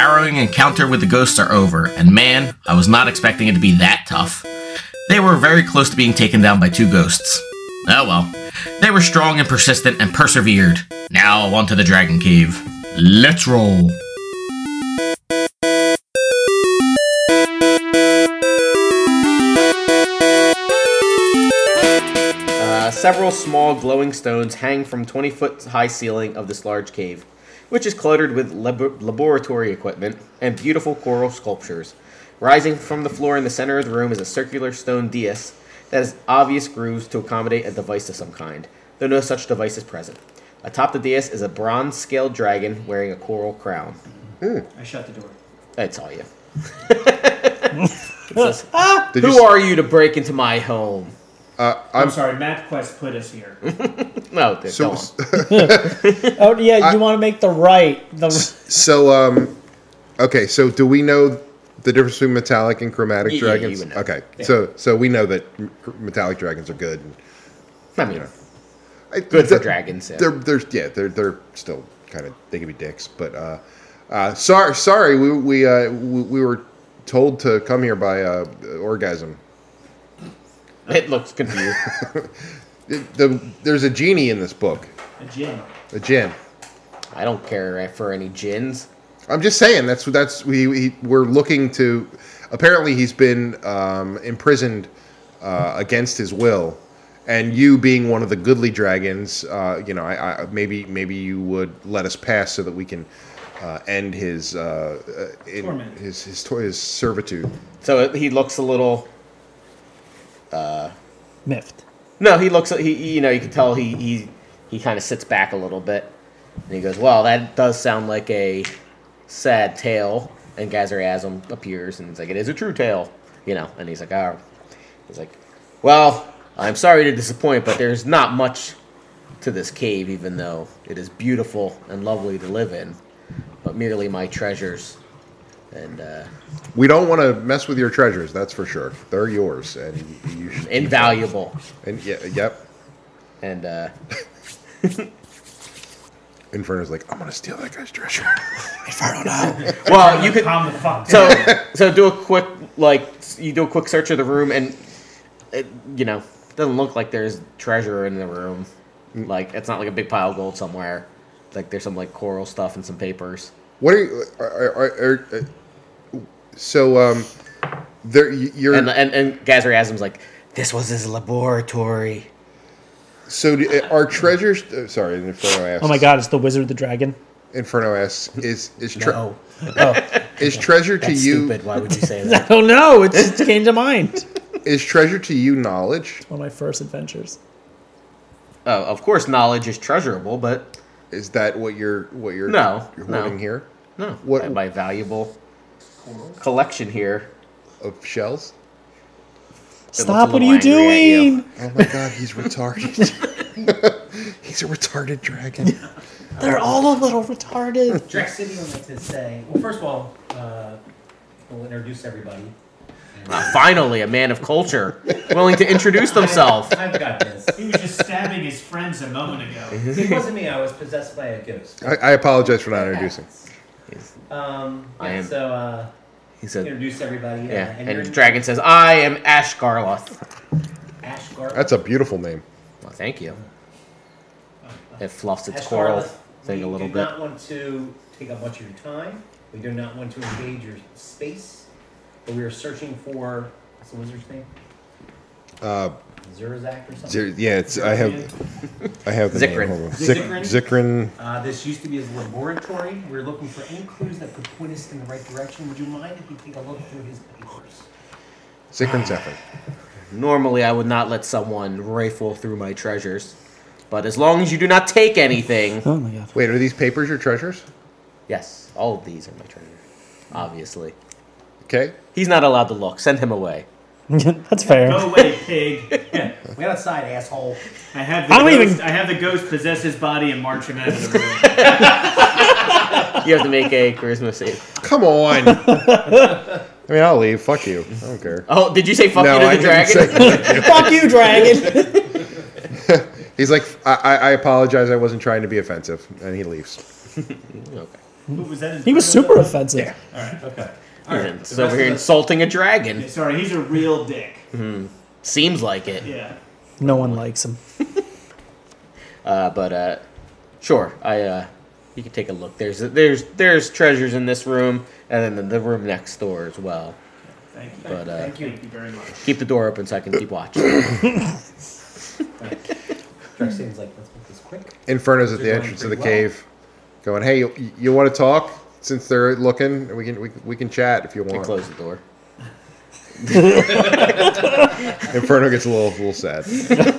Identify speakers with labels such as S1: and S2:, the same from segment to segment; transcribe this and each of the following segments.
S1: encounter with the ghosts are over, and man, I was not expecting it to be that tough. They were very close to being taken down by two ghosts. Oh well. They were strong and persistent and persevered. Now onto the Dragon Cave. Let's roll.
S2: Uh, several small glowing stones hang from 20 foot high ceiling of this large cave, which is cluttered with lab- laboratory equipment and beautiful coral sculptures. Rising from the floor in the center of the room is a circular stone dais that has obvious grooves to accommodate a device of some kind, though no such device is present. Atop the dais is a bronze scaled dragon wearing a coral crown.
S3: I shut the door.
S2: That's all you. It says,
S4: Did
S2: Who
S4: you, s-
S2: are you to break into my home?
S4: Uh,
S3: I'm
S4: I'm
S3: sorry, MapQuest put us here.
S2: No, dude,
S4: so
S2: go on.
S5: Oh yeah, you want to make the right. The
S4: so um. Okay, so do we know the difference between metallic and chromatic
S2: Yeah, yeah, you
S4: dragons?
S2: would know.
S4: Okay, so so we know that m- metallic dragons are good.
S2: I mean,
S4: I-
S2: good for
S4: they're-
S2: dragons. yeah.
S4: They're they're yeah they're they're still kind of they can be dicks, but uh, uh sorry sorry we we uh we, we were told to come here by uh orgasm.
S2: It looks confused.
S4: It- the, there's a genie in this book,
S3: A gin.
S4: a djinn.
S2: I don't care for any gins.
S4: I'm just saying that's that's we, we we're looking to. Apparently, he's been um, imprisoned uh, against his will, and you being one of the goodly dragons, uh, you know, I, I maybe maybe you would let us pass so that we can uh, end his uh, uh, in,
S3: Torment.
S4: his his, tor- his servitude.
S2: So it- he looks a little.
S5: miffed.
S2: No, he looks. He he- you know you can tell he he he kind of sits back a little bit, and he goes, "Well, that does sound like a sad tale." And Gazarasm appears, and he's like, "It is a true tale," you know. And he's like, "Oh," he's like, "Well, I'm sorry to disappoint, but there's not much to this cave, even though it is beautiful and lovely to live in, but merely my treasures." And uh,
S4: We don't want to mess with your treasures. That's for sure. They're yours, and you should.
S2: invaluable.
S4: And yeah, yep.
S2: And uh,
S4: Inferno's like, I'm gonna steal that guy's treasure.
S2: well, you could
S3: Calm the fuck down.
S2: so so do a quick like s- you do a quick search of the room and it, you know doesn't look like there's treasure in the room.
S5: Mm.
S2: Like it's not like a big pile of gold somewhere. Like there's some like coral stuff and some papers.
S4: What are you? Are, are, are, are, so um, there y- you're.
S5: Mm.
S2: And and and Gazarasm's like this was his laboratory.
S4: so do- are treasures? uh, Sorry, Inferno asks.
S5: Oh my God, it's the Wizard of the Dragon.
S4: Inferno asks, is is, tre-
S2: No,
S5: Oh,
S4: is treasure to
S2: that's
S4: you
S2: stupid. Why would you say
S5: I
S2: that?
S5: don't know. It Oh, just came to mind. It's
S4: is treasure to you knowledge?
S5: one of my first adventures.
S2: oh, of course, knowledge is treasurable, but
S4: Is that what you're what you're
S2: No,
S4: you're
S2: no.
S4: holding here
S2: no,
S4: What-
S2: what my valuable collection here.
S4: of shells?
S2: It looks a
S5: Stop! What are
S2: little
S5: you
S2: angry at you.
S5: doing?
S4: Oh my god, he's retarded. he's a retarded dragon.
S5: They're all a little retarded.
S6: Draxidium would like to say, well, first of all, uh, we'll introduce everybody.
S2: Uh, Finally, a man of culture, willing to introduce himself.
S6: I've got this.
S3: He was just stabbing his friends a moment ago.
S6: It wasn't me. I was possessed by a ghost.
S4: I, I apologize for not introducing.
S6: Um,
S2: I
S6: yeah,
S2: am-
S6: So uh,
S2: He said,
S6: introduce everybody. Uh,
S2: "Yeah."
S6: you're
S2: And Dragon says, "I am Ash Garloth."
S6: Ash Garloth.
S4: That's a beautiful name.
S2: Well, thank you.
S6: Uh,
S2: It fluffs its
S6: Ash
S2: coral
S6: Garloth,
S2: thing a little
S6: We do
S2: bit.
S6: not want to take up much of your time. We do not want to invade your space. But we are searching for what's the wizard's name?
S4: Uh,
S6: Zurazak or something.
S4: Zer- yeah, it's I have I have the name.
S2: Zikrin.
S4: Hold on. Zik- Zikrin.
S6: Uh, this used to be his laboratory. We're looking for any clues that could point us in the right direction. Would you mind if we take a look through his papers?
S4: Zikrin Zephyr.
S2: Normally, I would not let someone rifle through my treasures, but as long as you do not take anything,
S5: Oh my God.
S4: Wait, are these papers your treasures?
S2: yes, all of these are my treasures. Obviously,
S4: Okay.
S2: he's not allowed to look. Send him away.
S5: That's fair.
S3: Go away, pig. Yeah.
S6: Wait outside, asshole.
S3: I have the
S5: I don't
S3: ghost,
S5: even-
S3: I have the ghost possess his body and march him out of the room.
S2: You have to make a charisma save.
S4: Come on. I mean, I'll leave. Fuck you. I don't care.
S2: Oh, did you say fuck you
S4: no,
S2: to the
S4: I
S2: dragon?
S4: didn't say.
S5: Fuck you, dragon.
S4: He's like, I, I I apologize. I wasn't trying to be offensive, and he leaves.
S2: okay.
S3: What was that? in-
S5: He was super offensive.
S3: All right.
S6: Okay. All right.
S2: He's
S6: the
S2: over
S6: rest
S2: here
S6: of us-
S2: insulting a dragon.
S3: Yeah, Sorry, he's a real dick.
S2: Seems like it.
S3: Yeah.
S5: No one likes him.
S2: Uh, but uh, sure, I uh, you can take a look. There's there's there's treasures in this room, and then the room next door as well.
S3: Thank you.
S2: But, uh,
S3: thank you. Thank you very much.
S2: Keep the door open so I can keep watching.
S6: Traxian's like, let's make this quick.
S4: Inferno's at
S6: They're
S4: the
S6: going
S4: entrance of the
S6: pretty well.
S4: cave, going, "Hey, you, you want to talk? Since they're looking, we can we, can- we can chat if you
S2: and
S4: want."
S2: close the door.
S4: Inferno gets a little little sad.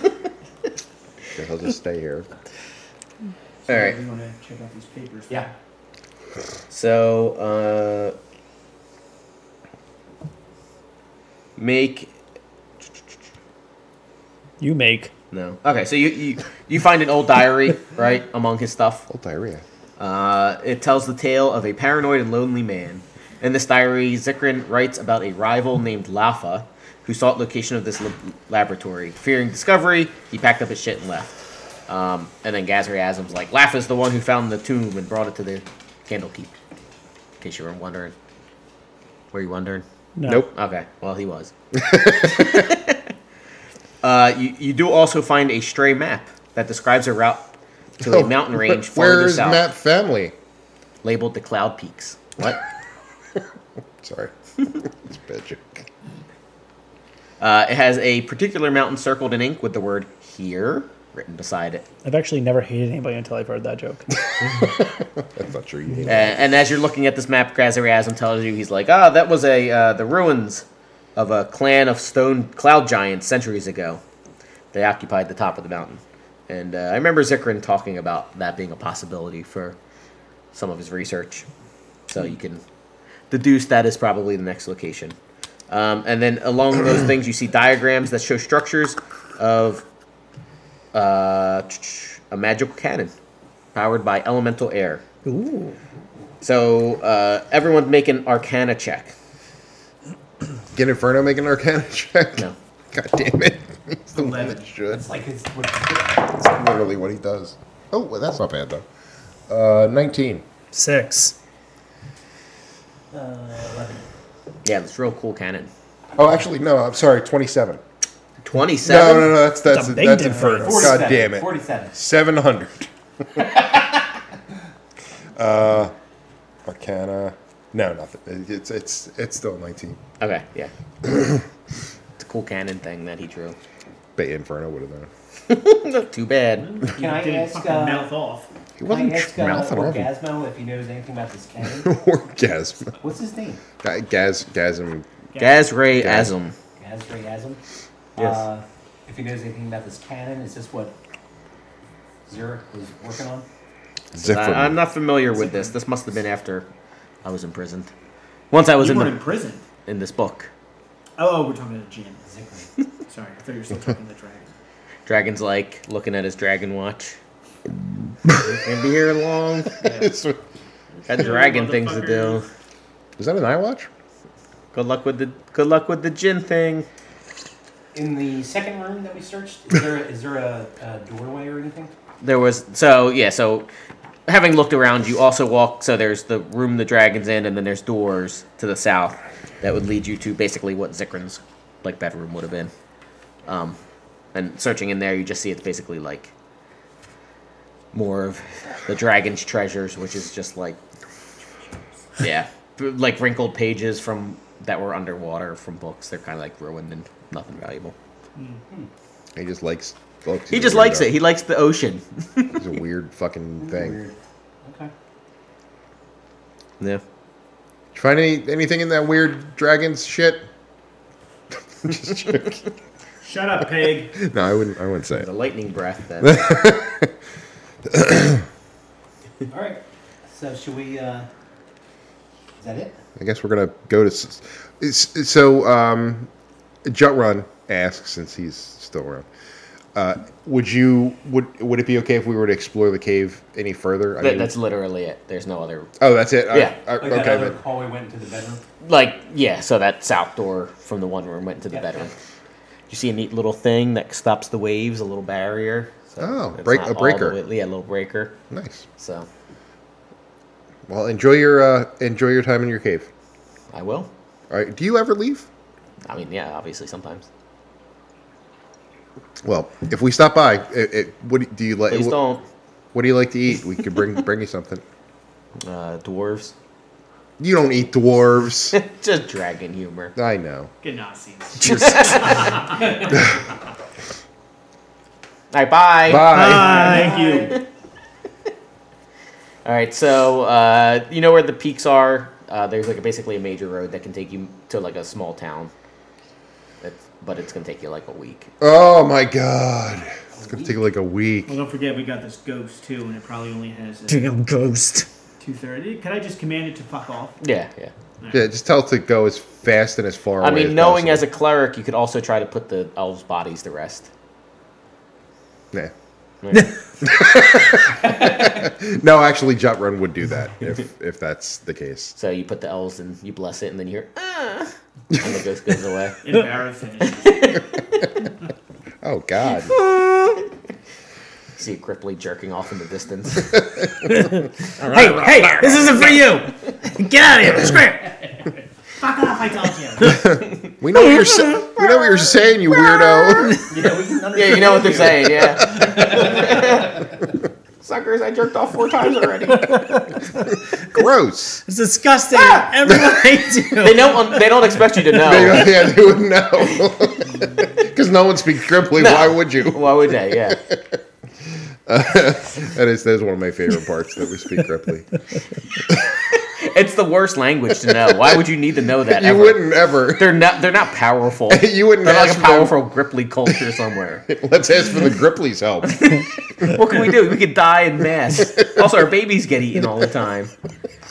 S4: Guess I'll just stay here.
S2: All right.
S3: We want to check out these papers.
S6: Yeah.
S2: So, uh, make
S5: You make.
S2: no. Okay, so you, you you find an old diary, right, among his stuff.
S4: Old diarrhea.
S2: Uh, it tells the tale of a paranoid and lonely man. In this diary, Zikrin writes about a rival named Lafa, who sought location of this lab- laboratory. Fearing discovery, he packed up his shit and left. Um, and then Gazriasm's like, Lafa's the one who found the tomb and brought it to the Candlekeep. In case you were wondering. Were you wondering?
S5: No.
S4: Nope.
S2: Okay. Well, he was. uh, you, you do also find a stray map that describes a route to a mountain range
S4: Where
S2: farther
S4: is
S2: south,
S4: Matt family?
S2: labeled the Cloud Peaks. What?
S4: Sorry, it's a bad joke.
S2: Uh, it has a particular mountain circled in ink with the word "here" written beside it.
S5: I've actually never hated anybody until I've heard that joke.
S4: I'm not sure you hate
S2: Uh, and as you're looking at this map, Grazariasm tells you he's like, "Ah, that was a uh, the ruins of a clan of stone cloud giants centuries ago. They occupied the top of the mountain." And uh, I remember Zikrin talking about that being a possibility for some of his research. So you can deduce that is probably the next location. Um, and then along those things, you see diagrams that show structures of uh, a magical cannon powered by elemental air.
S5: Ooh.
S2: So uh, everyone make an Arcana check.
S4: Get Inferno making an Arcana check.
S2: No.
S4: God damn it. He's the one
S6: Eleven.
S4: that should.
S6: It's like it's.
S4: That's literally what he does. Oh, well, that's not bad though. Uh, 19.
S5: Six.
S2: Yeah, it's real cool cannon.
S4: Oh, actually, no. I'm sorry. 27.
S2: Twenty-seven.
S4: No, no, no. That's that's
S5: It's a
S4: that's,
S5: big
S4: Inferno.
S5: difference.
S4: God damn it.
S6: Forty-seven.
S4: 700. uh, Arcana. No, nothing. It's it's it's still 19.
S2: Okay, yeah. it's a cool cannon thing that he drew.
S4: But Inferno would have known.
S2: Not too bad.
S6: Can I
S3: Didn't
S6: ask?
S3: fucking
S6: Uh,
S3: mouth off.
S4: He
S6: Can
S4: wasn't
S6: I ask uh,
S4: mouthing off.
S6: Orgasmo if he knows anything about this cannon?
S4: Orgasm.
S6: What's his name?
S4: Gaz, gasm.
S2: Gaz Ray
S4: Yeah.
S2: Asm.
S6: Gazrayasm?
S2: Yes.
S6: Uh, if he knows anything about this cannon, is this what Zurich was working on?
S2: I, am
S4: Zifrim.
S2: Uh, not familiar with this. This must have been after I was imprisoned. Once I was
S3: You
S2: in,
S3: were
S2: the,
S3: in prison.
S2: in this book,
S3: Oh, oh, we're talking about Jim.
S6: Zikri.
S3: Sorry, I thought you were still talking to the dragon.
S2: Dragon's like looking at his dragon watch. Can't be here long.
S4: Is
S2: Got dragon things to do.
S4: that an eye watch?
S2: Good luck with the good luck with the gin thing.
S6: In the second room that we searched, is there, is there a, a doorway or anything?
S2: there was so yeah so having looked around you also walk so there's the room the dragon's in and then there's doors to the south that would lead you to basically what zikrin's like bedroom would have been um, and searching in there you just see it's basically like more of the dragon's treasures which is just like yeah like wrinkled pages from that were underwater from books they're kind of like ruined and nothing valuable
S4: He just likes. books.
S2: he
S4: He's
S2: just
S4: a
S2: likes
S4: weirdo.
S2: it he likes the ocean
S4: It's a weird fucking thing. Did
S6: Weird. Okay.
S2: yeah
S4: you find any anything in that weird dragon's shit? Just joking.
S3: Shut up, pig.
S4: No, I wouldn't. I wouldn't say
S2: the
S4: it.
S2: lightning breath then
S6: All right. So should we? Uh, is that it?
S4: I guess we're gonna go to. s- s- So, um, Jut Run asks since he's still around. Uh, would you would would it be okay if we were to explore the cave any further? I
S2: That,
S4: mean-
S2: that's literally it. There's no other
S4: oh, that's it. I-
S2: Yeah.
S4: I-
S6: Like that
S4: okay.
S6: other
S4: But
S6: hallway went into the bedroom.
S2: like yeah. So that south door from the one room went into the
S6: Yeah.
S2: bedroom. You see a neat little thing that stops the waves, a little barrier. So
S4: Oh,
S2: it's
S4: break-
S2: not
S4: a
S2: all the
S4: breaker.
S2: way- yeah, a little breaker.
S4: nice.
S2: So
S4: Well, enjoy your uh, enjoy your time in your cave.
S2: I will.
S4: All right. Do you ever leave?
S2: I mean, yeah, obviously sometimes.
S4: Well, if we stop by, it, it, what do- do you like?
S2: Please
S4: What,
S2: don't.
S4: what do you like to eat? We could bring bring you something.
S2: Uh, dwarves.
S4: You don't eat dwarves.
S2: Just dragon humor.
S4: I know.
S3: Good Nazis.
S2: All right, bye.
S4: Bye.
S3: Thank you.
S2: All right, so uh, you know where the peaks are. Uh, there's like a, basically a major road that can take you to like a small town. It's, but it's gonna take you like a week.
S4: Oh my god. It's gonna take like a week.
S3: Well, don't forget we got this ghost too, and it probably only has a
S5: Damn ghost.
S3: two thirty. Can I just command it to fuck off?
S2: Yeah, yeah.
S4: Yeah, just tell it to go as fast and as far
S2: I
S4: away.
S2: mean, knowing as a cleric, you could also try to put the elves' bodies to rest.
S4: possible.
S2: Yeah.
S4: Nah. no, actually, Jot Run would do that if if that's the case.
S2: so you put the elves and you bless it, and then you hear, ah, and the ghost goes away.
S3: Embarrassing.
S4: Oh God.
S2: See Cripley jerking off in the distance.
S5: Hey, hey, this isn't for you. Get out of here. Scram.
S3: fuck off! I told you.
S4: We know what you're sa- we know what you're saying, you weirdo.
S6: Yeah, we can understand.
S2: yeah, you know what they're saying, yeah. Suckers, I jerked off four times already.
S4: Gross.
S5: It's disgusting.
S3: Ah!
S5: Everyone hates you.
S2: They don't. They don't expect you to know.
S4: They, yeah, they would know. Because no one speaks Cripply. Why would you?
S2: Why would they? Yeah.
S4: That is that is one of my favorite parts that we speak Cripply.
S2: It's the worst language to know. Why would you need to know that?
S4: You
S2: ever?
S4: wouldn't ever.
S2: They're not. They're not powerful.
S4: You wouldn't
S2: They're like
S4: ask
S2: a
S4: them.
S2: powerful Gripply culture somewhere.
S4: Let's ask for the Gripplies' help.
S2: what can we do? We could die in mass. Also, our babies get eaten all the time.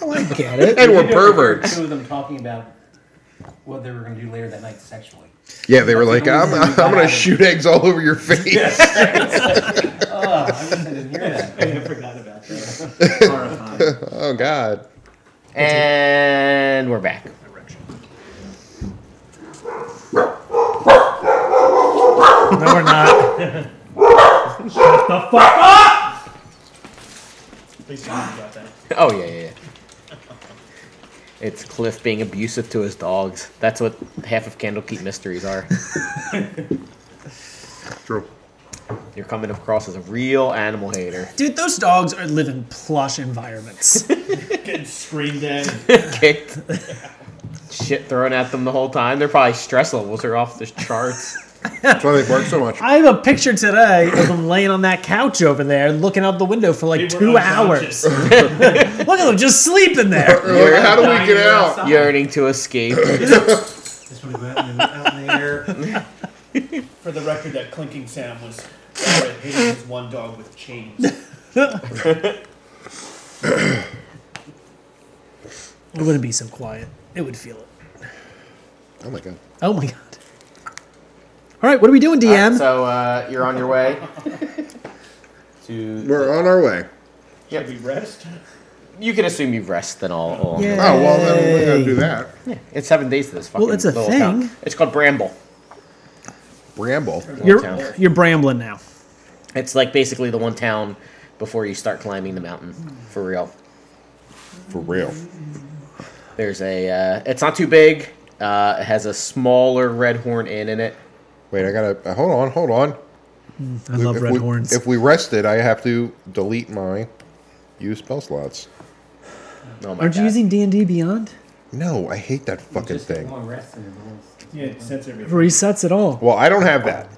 S5: I get it.
S4: And we're perverts.
S6: Two of them talking about what they were going to do later that night sexually.
S4: Yeah, they were like, I'm, I'm going to shoot eggs all over your face.
S6: Oh, I wish I didn't hear that.
S3: I forgot about that. Horrifying.
S4: Oh, God.
S2: And we're back.
S3: Erection.
S5: No, we're not.
S3: The fuck up! Please tell me about that.
S2: Oh yeah, yeah. yeah. It's Cliff being abusive to his dogs. That's what half of Candlekeep mysteries are.
S4: True.
S2: You're coming across as a real animal hater.
S5: Dude, those dogs are live in plush environments.
S3: Getting screamed at.
S2: Kicked. Shit thrown at them the whole time. They're probably stress levels are off the charts.
S4: That's why they bark so much.
S5: I have a picture today of them laying on that couch over there looking out the window for like
S3: They were
S5: two hours.
S3: unconscious.
S5: Look at them just sleeping there.
S4: They're like, how do we get out?
S2: Yearning to escape.
S6: Just want to go out in the, out in the air.
S3: For the record, that clinking sound was Fred hitting his one dog with chains.
S5: It wouldn't be so quiet. It would feel it.
S4: Oh, my God.
S5: Oh my god. All right, what are we doing, DM?
S2: So uh, you're on your way to.
S4: We're on our way.
S3: Should we rest?
S2: You can assume you rest then all. all
S5: Yeah.
S4: Oh, well, then we're going to do that.
S2: It's seven days to this fucking.
S5: Well, it's a
S2: little town.
S5: thing.
S2: It's called Bramble.
S4: Bramble.
S5: you're you're brambling now.
S2: It's like basically the one town before you start climbing the mountain for real.
S4: For real.
S2: There's a. Uh, it's not too big. Uh, it has a smaller Red Horn Inn in it.
S4: Wait, I got to. Hold on, hold on.
S5: I love
S4: if
S5: red
S4: we,
S5: horns.
S4: If we rested, I have to delete my use spell slots.
S2: Oh my
S5: Aren't you
S2: God.
S5: using D and D Beyond?
S4: No, I hate that fucking
S6: Just a
S4: thing.
S6: long rest and everyone else.
S3: Yeah, it sets everything.
S5: Resets it all.
S4: Well, I don't have that.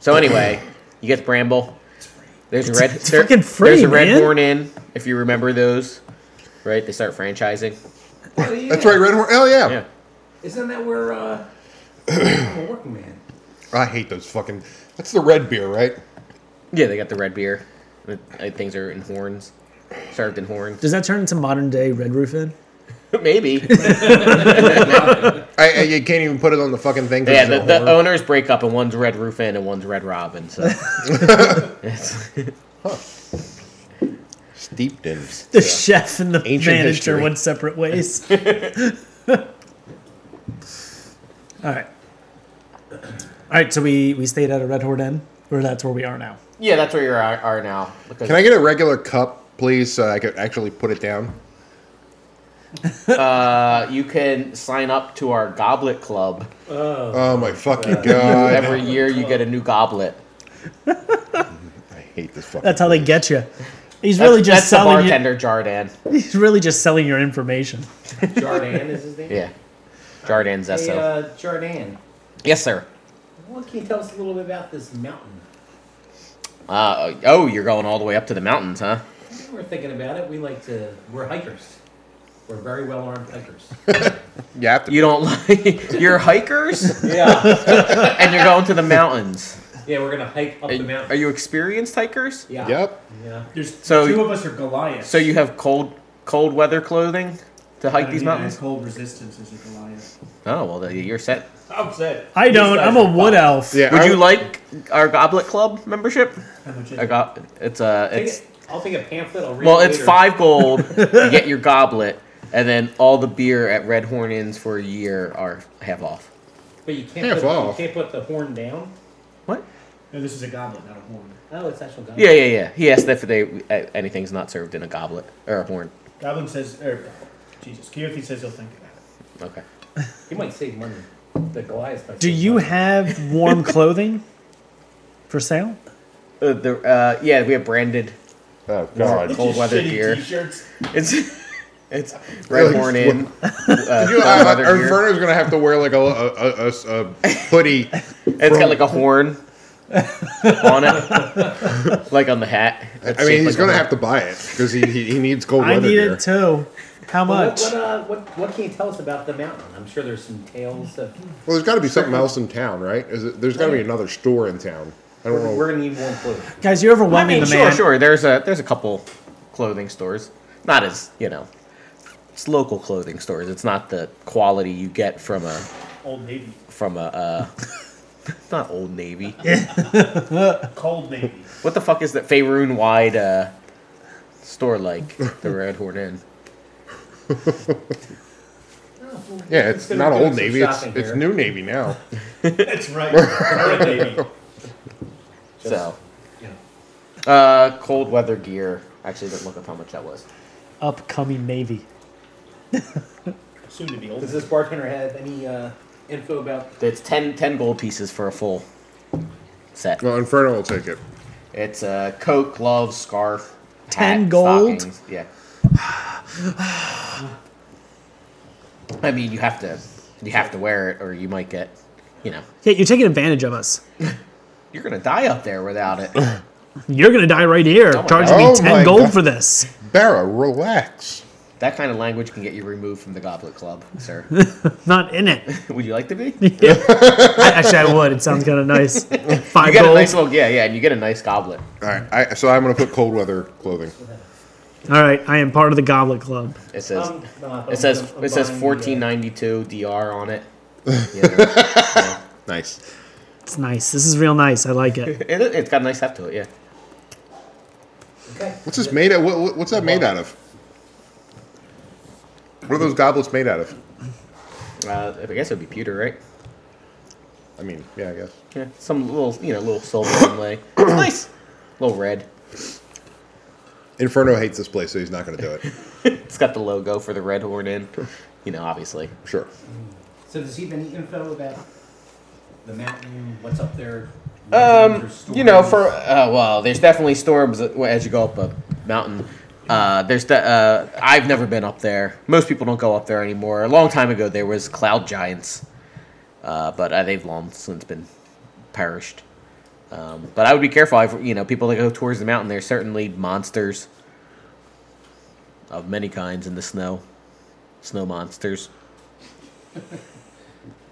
S2: So anyway, you get to Bramble. There's a red.
S5: it's fucking free,
S2: There's a Red
S5: man.
S2: Horn Inn. If you remember those, right? They start franchising.
S6: Oh, yeah.
S4: That's right, Red Horn. Hell yeah.
S2: Yeah.
S6: Isn't that where uh, a working man?
S4: I hate those fucking. That's the red beer, right?
S2: Yeah, they got the red beer. Uh, Things are in horns, served in horns.
S5: Does that turn into modern day Red Roof Inn?
S2: Maybe.
S4: I, I you can't even put it on the fucking thing. 'cause
S2: yeah,
S4: it's
S2: the,
S4: a
S2: the
S4: horn.
S2: owners break up, and one's Red Roof Inn and one's Red Robin. So It's- oh.
S4: steeped in.
S5: The chef and the
S4: Ancient
S5: manager
S4: history.
S5: went separate ways. all right. All right, so we, we stayed at a Red Horn Inn, or that's where we are now.
S2: yeah, that's where you are, are now. Because
S4: Can I get a regular cup please, so I could actually put it down?
S2: Uh, you can sign up to our goblet club.
S4: Oh my fucking god!
S2: Every year you get a new goblet.
S4: I hate this fucking.
S5: That's how they get you. He's
S2: That's,
S5: really
S2: that's
S5: just
S2: the
S5: selling you.
S2: bartender Jardan.
S5: He's really just selling your information.
S6: Jardan is his name?
S2: Yeah. Jardan's
S6: Hey,
S2: SO.
S6: uh, Jardan,
S2: yes, sir.
S6: what can you tell us a little bit about this mountain?
S2: Uh, oh, you're going all the way up to the mountains, huh?
S6: We're thinking about it. We like to, we're hikers. We're very well armed hikers.
S4: You have to.
S2: You don't like. You're hikers
S6: yeah.
S2: and you're going to the mountains.
S6: Yeah, we're going to hike up
S2: Are
S6: the
S2: you,
S6: mountain.
S2: are you experienced hikers?
S6: yeah.
S4: Yep.
S6: Yeah.
S3: There's
S2: So-
S3: two of us are Goliath.
S2: So you have cold cold weather clothing to hike these mountains?
S3: Cold resistance is a Goliath.
S2: Oh well, then you're set.
S6: I'm upset.
S5: I don't. I'm a wood elf.
S4: Yeah.
S2: Would
S4: I-
S2: you like our Goblet Club membership?
S3: How much is
S2: I
S3: it?
S2: got it's uh
S6: Take
S2: it's
S6: it- I'll take a pamphlet. I'll read
S2: well
S6: it
S2: it's
S6: later.
S2: five gold. you get your goblet, and then all the beer at Red Horn Inns for a year are half off.
S6: But you can't,
S4: Half
S6: put,
S4: off.
S6: you can't put the horn down.
S2: What?
S3: No, this is a goblet, not a horn.
S6: Oh, it's actual goblet.
S2: Yeah, yeah, yeah. He asked if they uh, anything's not served in a goblet or a horn.
S3: Goblin says, er, Jesus, Keirthi says he'll think about it.
S2: Okay.
S6: You might save money. The Goliath. might
S5: Do
S6: save
S5: you
S6: money.
S5: have warm clothing for sale?
S2: Uh, the uh, yeah, we have branded.
S4: Oh god.
S2: Cold
S3: Just
S2: weather
S3: shitty
S2: gear.
S3: T-shirts.
S2: It's it's Red
S4: Really?
S2: Horn Inn. Uh,
S4: You know,
S2: cold
S4: uh,
S2: weather gear.
S4: Inferno's gonna have to wear like a, a, a, a- a hoodie.
S2: It's got like a horn on it, like on the hat.
S4: I mean, he's gonna have to buy it because he, he, he needs cold
S5: I
S4: weather
S5: need
S4: gear.
S5: it too. How
S6: Well,
S5: much?
S6: What, what, uh, what, what can you tell us about the mountain? I'm sure there's some tales of.
S4: Well, there's got to be something else in town, right? Is it, there's got to be another store in town. I don't
S6: We're,
S4: know.
S6: we're gonna need warm clothing.
S5: Guys, you're
S2: I
S5: overwhelming
S2: mean,
S5: the
S2: sure,
S5: man.
S2: sure. There's a there's a couple clothing stores. Not as you know, it's local clothing stores. It's not the quality you get from a
S3: Old Navy.
S2: from a uh, not Old Navy.
S3: Cold Navy.
S2: What the fuck is that Faerun wide uh, store like the Red Horn Inn?
S4: Yeah, it's
S6: Instead of
S4: not
S6: doing
S4: Old
S6: some
S4: Navy. It's,
S6: shopping
S4: it's
S6: here.
S4: New Navy now.
S3: That's right. Red Navy.
S2: So,
S6: Yeah.
S2: uh, cold weather gear. Actually, didn't look up how much that was.
S5: Upcoming Navy.
S3: Soon to be old.
S6: Does this bartender have any uh, info about?
S2: It's 10, 10 gold pieces for a full set.
S4: Well, Inferno will take it.
S2: It's a uh, coat, gloves, scarf, hat,
S5: 10 gold?
S2: stockings. Yeah. I mean, you have to, you have to wear it, or you might get, you know,
S5: Yeah, you're taking advantage of us.
S2: you're gonna die up there without it.
S5: You're gonna die right here, charging
S4: Oh
S5: me
S4: my
S5: ten gold
S4: God.
S5: for this.
S4: Barra, relax.
S2: that kind of language can get you removed from the Goblet Club, sir.
S5: Not in it.
S2: Would you like to be? You
S5: I- actually, I would. It sounds kind of nice. Five
S2: get a
S5: gold.
S2: nice little, yeah, yeah, and you get a nice goblet.
S4: All right, I, so I'm gonna put cold weather clothing.
S5: All right, I am part of the Goblet Club.
S2: It says,
S6: Um, no, I'm-
S2: it says,
S6: I'm
S2: it says
S6: buying the, uh,
S2: 1492 DR on it. You know,
S4: Nice.
S5: It's nice. This is real nice. I like it.
S2: it, it's got a nice heft to it, yeah.
S6: Okay.
S4: What's this made out? What, what- what's that made out of? What are those goblets made out of?
S2: Uh, I guess it would be pewter, right?
S4: I mean, yeah, I guess.
S2: Yeah, some little, you know, little silver inlay. It's nice. little red.
S4: Inferno hates this place, so he's not gonna do it.
S2: It's got the logo for the Red Horn in. You know, obviously.
S4: Sure.
S6: So does he have any info about the mountain? What's up there?
S2: Um,
S6: Legends or
S2: you know, for
S6: stories?
S2: uh, well, there's definitely storms as you go up a mountain. Uh, there's the, uh, I've never been up there. Most people don't go up there anymore. A long time ago, there was cloud giants, uh, but uh, they've long since been perished. Um, but I would be careful. I've, you know, people that go towards the mountain, there's certainly monsters of many kinds in the snow. Snow monsters.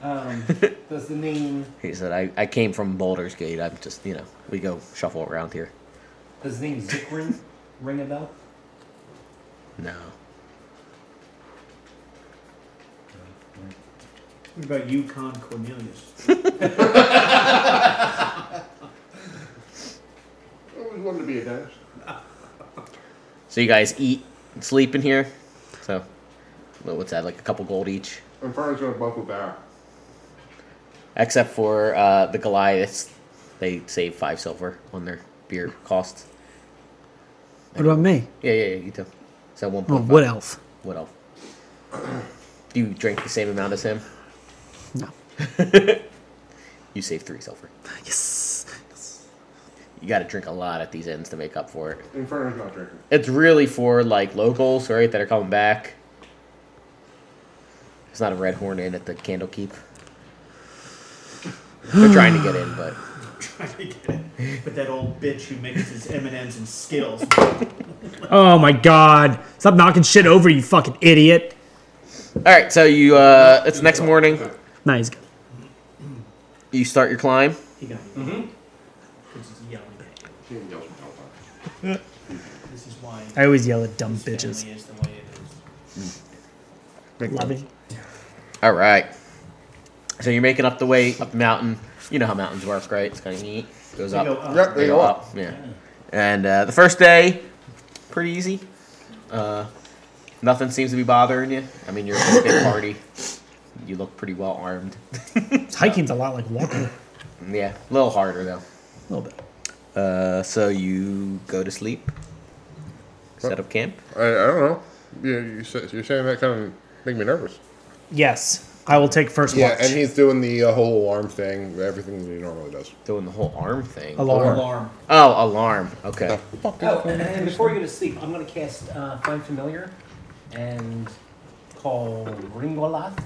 S6: Um, does the name
S2: He said, I, I came from Boulder's Gate. I'm just, you know, we go shuffle around here.
S6: does the name Zikrin ring a bell?
S2: No.
S3: What about Yukon Cornelius?
S4: I always wanted to be a dentist.
S2: So you guys eat and sleep in here. So what- what's that? Like a couple gold each,
S4: Inferno's gonna buckle Barra.
S2: except for uh, the Goliaths. They save five silver on their beer costs.
S5: What about me?
S2: Yeah, yeah, yeah you too. So one
S5: Oh,
S2: point.
S5: what else?
S2: What else? Do you drink the same amount as him?
S5: No.
S2: You save three sulfur.
S5: Yes.
S2: You got to drink a lot at these ends to make up for it.
S4: Inferno's not drinking.
S2: It's really for like locals, right, that are coming back. It's not a Red Horn Inn at the Candle Keep. They're trying to get in, but
S3: Trying to get it. But that old bitch who makes his M&Ms and Skittles.
S5: Oh my god. Stop knocking shit over, you fucking idiot.
S2: all right. So you, uh, it's next morning.
S5: Nah, he's good.
S2: You start your climb.
S3: He got me. Mm-hmm. Because he's yelling at you. This is why
S5: I always yell at dumb
S3: this
S5: bitches.
S3: family is the way it is.
S5: Love it.
S2: All right. So you're making up the way up the mountain. You know how mountains work, right? It's kind of neat. Goes
S3: They
S2: up.
S3: go up.
S4: Yep, they go up.
S2: Yeah. And uh, the first day, pretty easy. Uh, nothing seems to be bothering you. I mean, you're at a big party. You look pretty well armed.
S5: Hiking's a lot like walking.
S2: Yeah, a little harder though.
S5: A little bit.
S2: Uh, so you go to sleep, set up camp.
S4: I, I don't know. You, you, sa- you're saying that kind of make me nervous.
S5: Yes. I will take first
S4: Yeah,
S5: watch.
S4: and he's doing the uh, whole alarm thing, everything that he normally does.
S2: Doing the whole arm thing.
S5: Alarm.
S3: Alarm.
S2: Oh, alarm. Okay.
S6: Oh, and, and before you go to sleep, I'm going to cast uh, Find Familiar and call Ringolath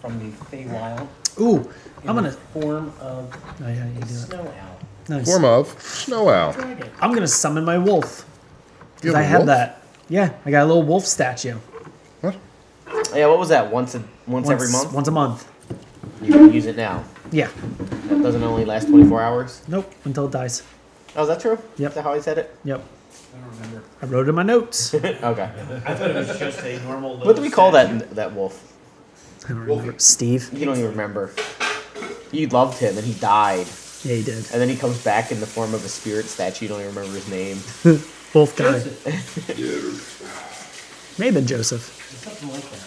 S6: from the Feywild.
S5: Ooh,
S6: in
S5: I'm
S6: the
S5: gonna.
S6: form
S5: Oh,
S6: of
S5: yeah, you
S6: a
S5: do it.
S6: snow owl.
S5: Nice.
S4: Form of Snow Owl.
S6: Dragon.
S5: I'm gonna summon my wolf.
S4: You have
S5: Cause I
S4: a
S5: have
S4: wolf?
S5: that. Yeah, I got a little wolf statue.
S4: What?
S2: Yeah. What was that? Once a once, every month.
S5: Once a month.
S2: You can use it now.
S5: Yeah.
S2: That doesn't only last 24 hours.
S5: Nope. Until it dies.
S2: Oh, is that true?
S5: Yep.
S2: Is that how I said it?
S5: Yep.
S3: I don't remember.
S5: I wrote it in my notes. I
S2: Okay.
S3: I thought it was just a normal little
S2: What do we call
S3: statue.
S2: that that wolf?
S5: don't remember. Steve.
S2: You don't even remember. You loved him and he died.
S5: Yeah, he did.
S2: And then he comes back in the form of a spirit statue. You don't even remember his name.
S5: Wolf guy.
S6: Joseph,
S5: May have been Joseph.
S6: Something like that.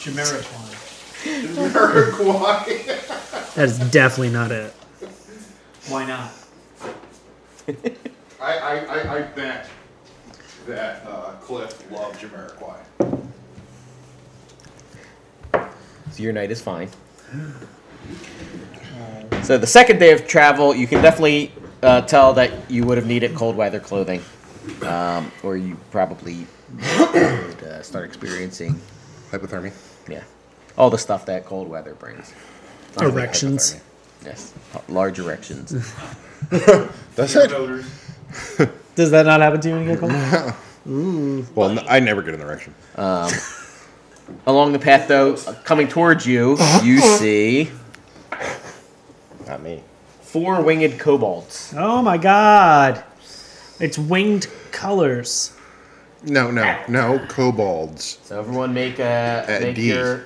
S3: Chimeric one.
S5: That is definitely not it.
S3: Why not?
S7: I, I, I, I bet that uh, Cliff loved Jamiroquai.
S2: So your night is fine. So the second day of travel, you can definitely uh, tell that you would have needed cold weather clothing, um, or you probably would uh, start experiencing,
S4: Hypothermia.
S2: yeah, all the stuff that cold weather brings. Not really
S5: Erections.
S2: hypothermia. Yes, large erections.
S4: That's it.
S7: Voters.
S5: Does that not happen to you when you get cold?
S4: Well, n I I never get an erection.
S2: Along the path, though, uh, coming towards you, you see
S4: Not me.
S2: four winged kobolds.
S5: Oh my god. It's winged colors.
S4: No, no, no. Kobolds.
S2: So everyone make a
S4: A
S2: make
S4: D.
S2: your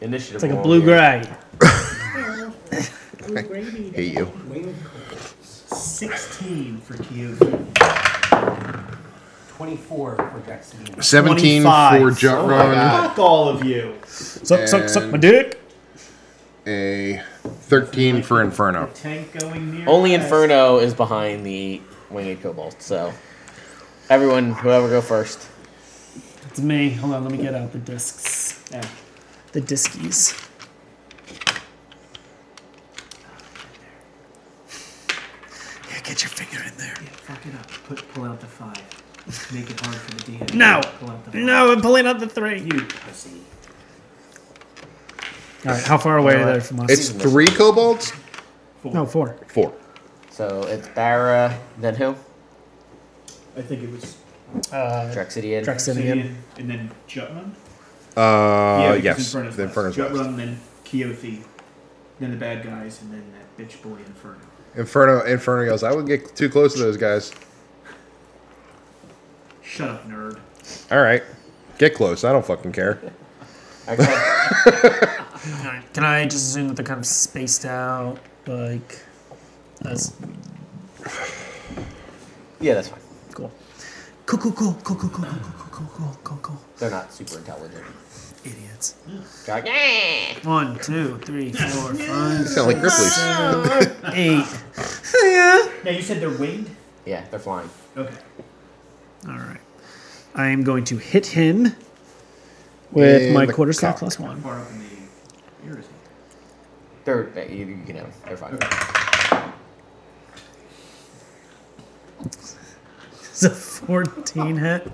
S2: initiative.
S5: It's like a
S2: roll
S5: blue
S2: here.
S5: gray.
S4: Hate you.
S6: Winged
S3: 16 for Kyoto.
S6: 24 for Draxidine.
S4: 17 for
S5: 25.
S4: Jut Run,
S3: Fuck all of you.
S5: Suck, suck, suck my dick.
S4: a 13 for Inferno.
S3: Tank going near.
S2: Only
S3: us.
S2: Inferno is behind the winged kobold, so everyone, whoever go first.
S5: It's me. Hold on, let me get out the discs.
S3: Yeah.
S5: The diskies. Yeah, get your finger in there.
S3: Yeah, fuck it up. Put, pull out the five. Make it hard for the DM.
S5: No.
S3: Pull out the five.
S5: No, I'm pulling out the three.
S3: You pussy.
S5: All right, how far away are they from us?
S4: It's three kobolds?
S5: no four.
S4: Four.
S2: So it's Barra, then who?
S3: I think it was
S5: Uh,
S2: Drexidian.
S5: Drexinian.
S3: and then Jutland.
S4: Uh,
S3: because
S4: yes.
S3: Inferno's
S4: The Inferno's
S3: Jutland,
S4: west.
S3: then Kyothi, then the bad guys, and then that bitch boy Inferno.
S4: Inferno, Inferno goes, I would get too close to those guys.
S3: Shut up, nerd.
S4: All right. Get close. I don't fucking care.
S2: Okay.
S5: Can I just assume that they're kind of spaced out, like? That's
S2: yeah, that's fine.
S5: cool. Cool, cool, cool, cool, cool, cool, cool, cool, cool, cool, cool, cool.
S2: They're not super intelligent.
S5: Idiots.
S2: They're like, "Yeah."
S5: One, two, three, four,
S4: You
S5: five,
S4: sound like Ripley's.
S5: eight.
S3: Now you said they're winged.
S2: Yeah, they're flying.
S3: Okay.
S5: All right. I am going to hit him with
S4: In
S5: my
S4: the
S5: quarterstaff
S4: cock.
S5: plus one.
S3: Far up in the ear is he?
S2: Third, uh, you, you can have. They're fine.
S5: It's a 14 hit.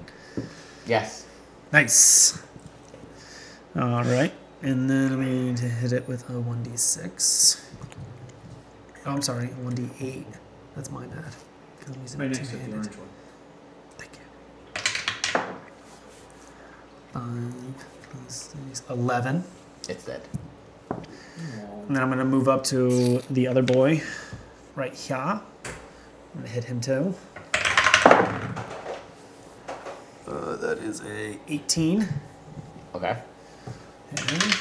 S2: Yes.
S5: Nice. All right. And then I'm going to hit it with a 1d6. Oh, I'm sorry, a 1d8. That's my bad. 'Cause I'm using
S3: Right
S5: it
S3: next to the
S5: two-handed.
S3: orange one.
S5: Thank you. Five, plus six, 11.
S2: It's dead.
S5: And then I'm going to move up to the other boy right here. I'm going to hit him too. Uh, that is a 18.
S2: Okay.
S5: Hit him.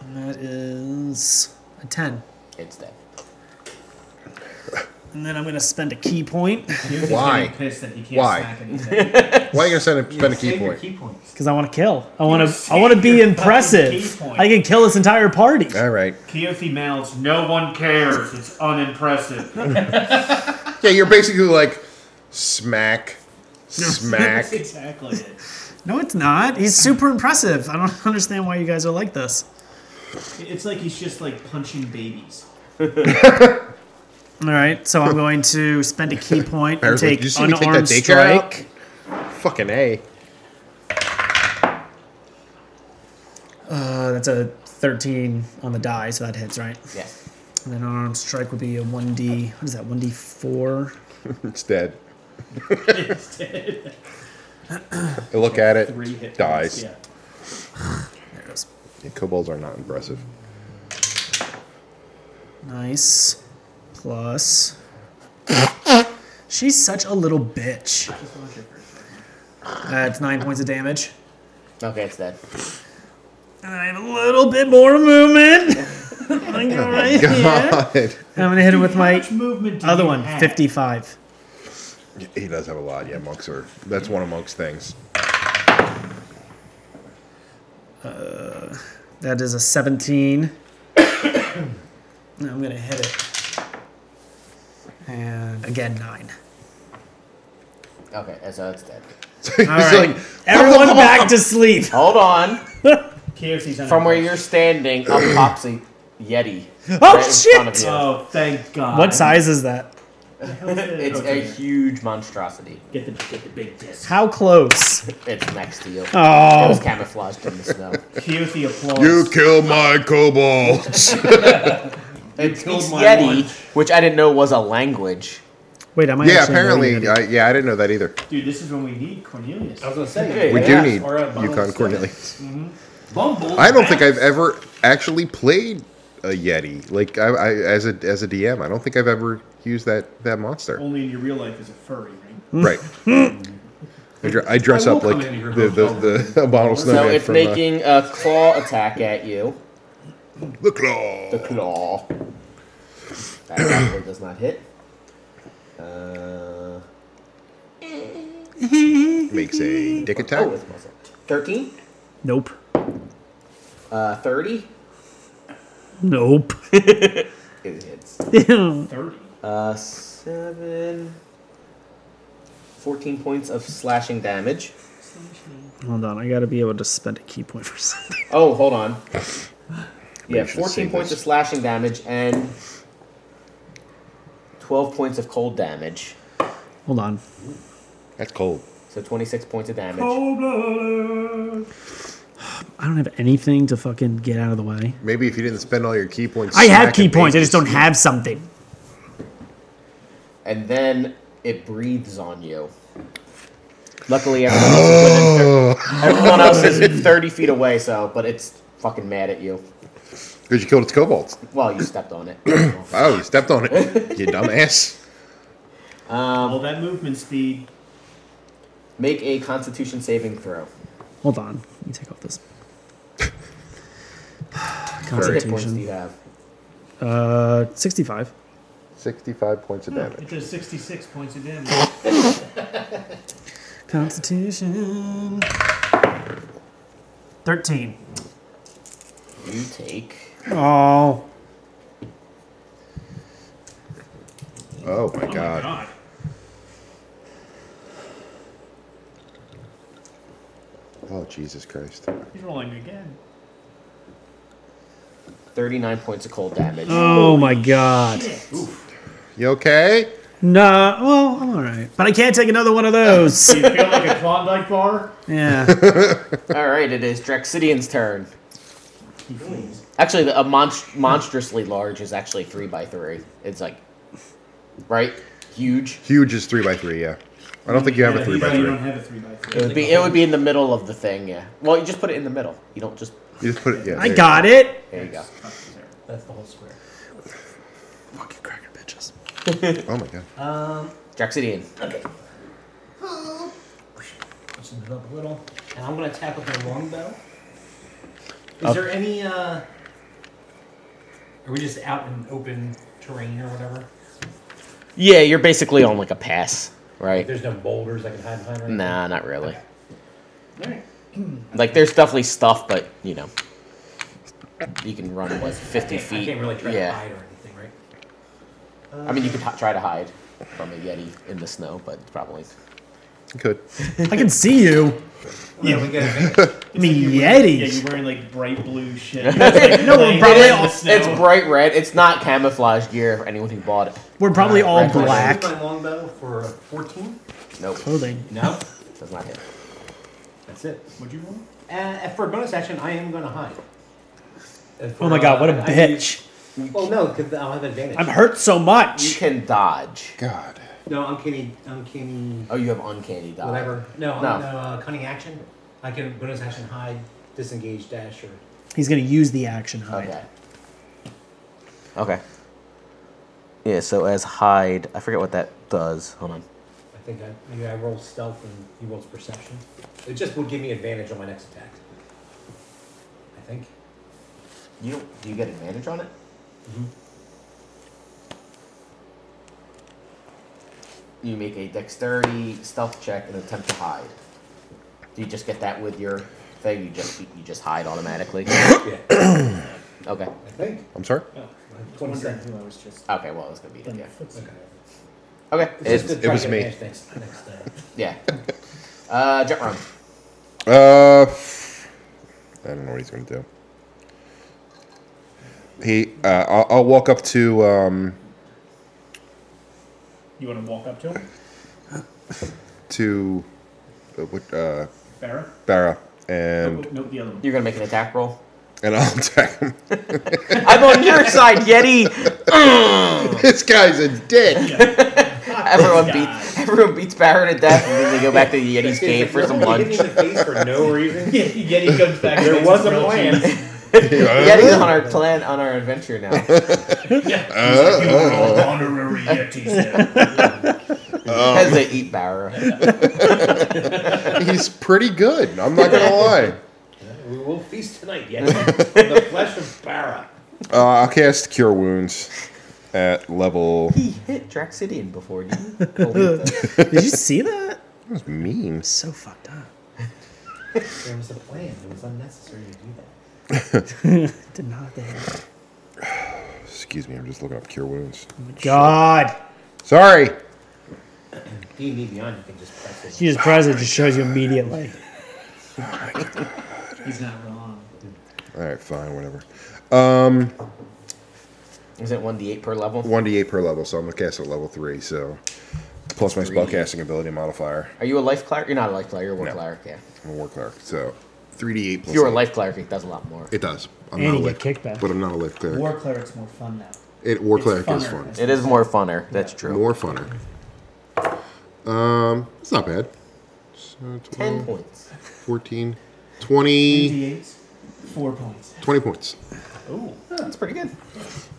S5: And that is a 10.
S2: It's dead.
S5: And then I'm going to spend a key point
S3: He's
S4: Why?
S3: getting Pissed that he can't
S4: Why?
S3: Smack anything.
S4: Why are you gonna send a, spend a key
S6: Save your
S4: point?
S6: key points.
S5: because I want to kill. I want to. I
S3: saved
S5: want to be
S3: your fucking key
S5: impressive.
S3: point.
S5: I can kill this entire party.
S4: All right.
S3: Keothi mouths, no one cares. It's unimpressive.
S4: Yeah, you're basically like smack, smack.
S3: That's exactly it.
S5: No, it's not. He's super impressive. I don't understand why you guys are like this.
S3: It's like he's just like punching babies.
S5: All right, so I'm going to spend a key point and
S4: Bears,
S5: take
S4: did you see me
S5: unarmed
S4: take that daycare out?
S5: strike.
S4: Fucking a.
S5: Uh, that's a 13 on the die, so that hits, right?
S2: Yes.
S5: And then unarmed strike would be a 1d. What is that? 1d4.
S4: It's dead.
S3: It's dead.
S4: I look at it,
S3: Three hit points,
S4: dies.
S3: Yeah.
S5: There it is.
S4: Yeah, kobolds are not impressive.
S5: Nice. Plus. She's such a little bitch. That's nine points of damage.
S2: Okay, it's dead.
S5: And I have a little bit more movement. I'm gonna go right here.
S4: God.
S5: And I'm gonna hit her with
S3: How
S5: my
S3: much movement do
S5: other
S3: you
S5: one,
S3: have?
S5: 55.
S4: He does have a lot. Yeah, monks are. That's one of monks' things.
S5: That is a 17. And I'm going to hit it. And again, 9.
S2: Okay, so it's dead.
S4: He's
S5: right.
S4: like,
S5: Everyone back to sleep.
S2: Hold on.
S3: Keothi's
S2: From where
S3: unimpressive.
S2: you're standing, up pops a Yeti. right
S5: Oh,
S2: in front of
S5: shit.
S2: you.
S3: Oh, thank God.
S5: What size is that?
S2: It's a huge monstrosity.
S3: Get the, get the big disc.
S5: How close?
S2: It's next to you. It was
S5: Oh.
S2: camouflaged in the snow.
S3: Keothi applauds.
S4: you killed my kobolds.
S2: It speaks
S3: my
S2: Yeti,
S3: lunch.
S2: which I didn't know was a language.
S5: Wait, am I
S4: yeah,
S5: actually learning
S4: apparently.
S5: that?
S4: I, yeah, I didn't know that either.
S3: Dude, this is when we need Cornelius.
S6: I was gonna say.
S2: Hey.
S4: We
S2: Yeah,
S4: do need
S6: or a bundle
S4: Yukon
S6: of
S4: Cornelius.
S3: Bumble.
S4: I don't think I've ever actually played a yeti. Like I, I as a as a DM, I don't think I've ever used that that monster.
S3: Only in your real life is a furry,
S6: Mm.
S3: right?
S4: Right. I, dr- I dress
S3: I will
S4: up
S3: come
S4: like
S3: in here.
S4: the the, the bottle snowman
S2: So it's
S4: from uh,
S2: making a claw attack at you.
S4: the claw.
S2: The claw. That probably does not hit. Uh,
S4: Makes a dick attack.
S2: oh, it's muzzle. 13?
S5: Nope.
S2: Uh, 30?
S5: Nope.
S2: It hits.
S3: Thirty.
S2: Uh, 7. 14 points of slashing damage.
S5: Hold on, I gotta be able to spend a key point for something.
S2: Oh, hold on. Yeah,
S4: should save
S2: 14 points
S4: this.
S2: of slashing damage and 12 points of cold damage.
S5: Hold on.
S4: That's cold.
S2: So 26 points of damage.
S5: Oh. I don't have anything to fucking get out of the way.
S4: Maybe if you didn't spend all your key points.
S5: I have
S4: smacking
S5: key points, I just
S4: babies.
S5: don't have something.
S2: And then it breathes on you. Luckily, everyone else is within thir- everyone else is 30 feet away, so, but it's fucking mad at you.
S4: Because you killed its kobolds.
S2: Well, you stepped on it.
S4: Oh, you stepped on it, you dumbass.
S2: Um,
S3: All that movement speed.
S2: Make a constitution saving throw.
S5: Hold on. Let me take off this.
S2: How many hit points do you
S5: Constitution.
S2: have?
S5: Uh, 65.
S4: 65 points of damage.
S3: It does sixty-six points of damage.
S5: Constitution. 13.
S2: You take.
S5: Oh.
S4: Oh my
S3: Oh my
S4: god.
S3: God.
S4: Oh, Jesus Christ.
S3: He's rolling again.
S2: 39 points of cold damage.
S5: Oh my god.
S4: You okay?
S5: Nah, well, I'm alright. But I can't take another one of those.
S3: Do you feel like a Klondike bar?
S5: yeah.
S2: All right, it is Drexidian's turn. Actually, the, a monst- monstrously large is actually three by three. It's like, right, huge.
S4: Huge is three by three. Yeah. I don't think you have
S3: Yeah,
S4: a three
S3: you
S4: by
S3: don't- You
S4: three.
S3: don't have a three by
S2: It
S3: three.
S2: would be it would be in the middle of the thing. Yeah. Well, you just put it in the middle. You don't just.
S4: You just put it. Yeah. there
S5: I
S4: you
S5: got it.
S2: There you go.
S6: That's the whole square.
S5: Fucking cracker bitches.
S4: go. Oh my god.
S6: Um,
S2: Drexidian.
S6: loosen it up a little, and I'm gonna attack with my longbow.
S5: Oh.
S6: Is there any? uh Are we just out in open terrain or whatever?
S2: Yeah, you're basically on like a pass, right?
S6: There's no boulders I can hide behind. Or anything?
S2: Nah, not really.
S3: Alright.
S2: Like there's definitely stuff, but you know, you can run
S6: I
S2: what
S6: can't-
S2: 50
S6: I
S2: feet.
S6: can't really try
S2: yeah.
S6: to hide or anything, right?
S2: I mean, you could h- try to hide from a yeti in the snow, but it's probably
S4: You could.
S5: I can see you.
S6: Yeah, we got.
S5: I mean,
S3: Yeah, you're
S5: Yetis.
S3: wearing like bright blue shit. no,
S5: we're
S2: It
S5: probably
S2: is-
S5: all
S2: it's, bright red. It's not camouflage gear for anyone who bought it.
S5: We're probably all
S2: Right, right.
S5: black.
S6: My longbow for 14.
S2: Nope,
S5: Clothing.
S6: No,
S2: does not hit.
S6: that's it.
S3: Would you roll?
S6: Uh, for a bonus action, I am gonna hide. And for,
S5: Oh my god, what a
S6: uh, I can use-
S5: bitch.
S6: Well, Oh, no, because I'll have advantage.
S5: I'm hurt so
S2: You
S5: much.
S2: can dodge.
S4: God.
S6: No, uncanny, uncanny,
S2: Oh, you have uncanny dodge.
S6: whatever. No,
S2: No.
S6: no. uh, cunning action. I can bonus action hide, disengage, dash, or
S5: He's gonna use the action hide.
S2: Okay. Okay. Yeah. So as hide, I forget what that does. Hold on.
S6: I think I maybe I roll stealth and he rolls perception. It just would give me advantage on my next attack. I think.
S2: You don't, do you get advantage on it? Mm-hmm. You make a dexterity stealth check and attempt to hide. Do you just get that with your thing? You just you just hide automatically.
S6: Yeah,
S2: okay.
S6: I think.
S4: I'm sorry.
S3: Wondering
S6: 27.
S3: who I was just.
S2: Okay. Well, it's gonna be yeah.
S6: Okay.
S2: Okay.
S6: It's
S2: It's,
S6: just to try
S4: was
S6: to
S4: me.
S6: get advantage Next, next, uh,
S2: yeah. Uh, jump run.
S4: Uh, I don't know what he's gonna do. He, uh, I'll, I'll walk up to. Um,
S3: You want to walk up to him?
S4: to uh, what, uh,
S3: Farrah?
S4: Barra, and
S3: no, the other one.
S2: You're gonna make an attack roll.
S4: and I'll attack him.
S2: I'm on your side, Yeti.
S4: this guy's a dick.
S2: Everyone
S3: God.
S2: beats everyone beats Baron to death, and then they go back to the Yeti's cave for some
S6: Nobody hit
S2: lunch.
S6: me in the face for no reason.
S3: Yeah, Yeti comes back.
S6: There
S3: and makes
S6: was a
S3: grilled
S6: plan.
S3: cheese.
S2: Yeti's on our plan on our adventure now.
S3: You are all honorary Yetis now.
S2: As they eat Barra.
S4: He's pretty good. I'm not gonna lie.
S6: We will feast tonight, yes. on the flesh of Bara.
S4: Uh, I'll cast Cure Wounds at level.
S2: He hit Draxidian before, didn't he? Believe that.
S5: Did you see that?
S4: That's mean.
S5: So fucked up.
S6: There was a plan. It was unnecessary to do that.
S5: Did not hit.
S4: Excuse me. I'm just looking up Cure Wounds.
S5: God.
S4: Sorry.
S6: D and D Beyond, you can just press it.
S5: You just press it, just shows you immediately.
S3: He's not wrong.
S4: All right. Fine. Whatever.
S2: Is it one d eight per level?
S4: One d8 per level, so I'm gonna cast it at level three. So plus my spellcasting ability modifier.
S2: Are you a life cleric? You're not a life cleric. You're a war cleric. Yeah.
S4: I'm a war cleric. So 3d8 plus.
S2: If you're a
S4: eight.
S2: life cleric, it does a lot more.
S4: It does. I'm
S5: And
S4: not a
S5: you
S4: life,
S5: get kickback.
S4: but I'm not a life cleric.
S3: War cleric's more fun now.
S4: it, war
S3: It's
S4: cleric is
S3: funner.
S4: fun.
S2: It is more funner. That's true.
S4: More funner. Um, it's not bad. So
S2: Ten
S4: 12,
S2: points.
S4: 14, 20,
S3: D8s, four points.
S4: 20 points.
S3: Ooh,
S2: That's pretty good.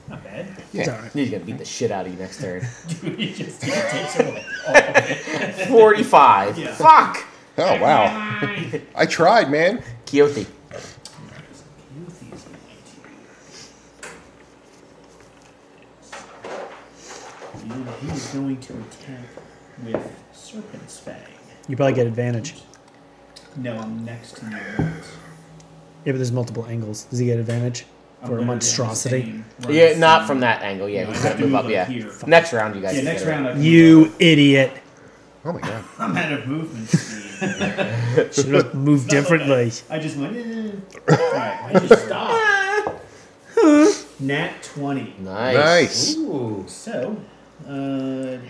S3: not bad.
S5: It's alright.
S2: He's gonna beat the shit out of you next turn.
S3: Dude, he just he takes away all of it.
S2: Forty-five.
S3: Yeah.
S2: Fuck.
S4: Oh, wow. I tried, man.
S2: Quixote.
S3: Dude, he is going to attack with Serpent's Fang.
S5: You probably get advantage.
S3: No, I'm next to you.
S5: Yeah, but there's multiple angles. Does he get advantage
S3: I'm
S5: for
S3: gonna
S5: a
S3: do the
S5: monstrosity?
S3: same run
S2: Yeah,
S3: as
S2: not
S3: you.
S2: from that angle. Yeah, he's
S3: I
S2: gonna
S3: have to
S2: move
S3: move
S2: up.
S3: up
S2: Yeah.
S3: here.
S2: Next round, you guys.
S3: Yeah,
S2: can
S3: next
S2: get it.
S3: round I can
S5: You idiot.
S3: move up.
S4: Oh, my God.
S3: I'm out of movement speed.
S5: Should have moved differently.
S3: I just went. Eh. All right, why'd you stop? Nat twenty.
S2: Nice.
S4: Nice.
S6: Ooh.
S3: So, uh, how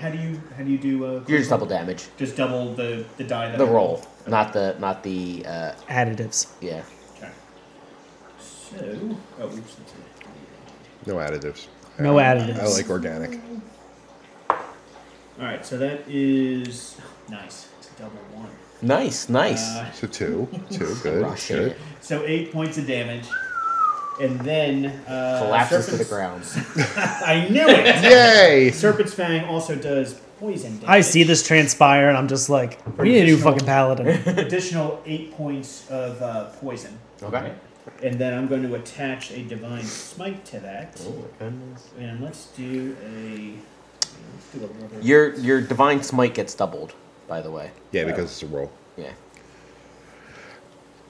S3: do you how do you do? Uh,
S2: You're just double damage.
S3: Just double the the die. That
S2: The
S3: I-
S2: roll, not the not the uh,
S5: Additives.
S2: yeah.
S3: Okay. So, oh, oops, that's it.
S4: No additives.
S5: No
S4: I-
S5: additives.
S4: I like organic.
S3: All right, so that is nice. It's a double one.
S2: Nice, nice.
S3: Uh,
S4: So two, two, good,
S2: Rush
S4: good.
S2: it.
S3: So eight points of damage, and then uh,
S2: Collapses to the
S3: Serpent's-
S2: ground.
S3: I knew it.
S4: Yay!
S3: Serpent's Fang also does poison damage.
S5: I see this transpire and I'm just like, we need a new fucking paladin.
S3: Additional eight points of uh, poison,
S2: Okay.
S3: and then I'm going to attach a divine smite to that.
S2: Oh my goodness.
S3: And let's do a let's do a level.
S2: Your your divine smite gets doubled, by the way.
S4: Yeah, because it's a roll.
S2: Yeah.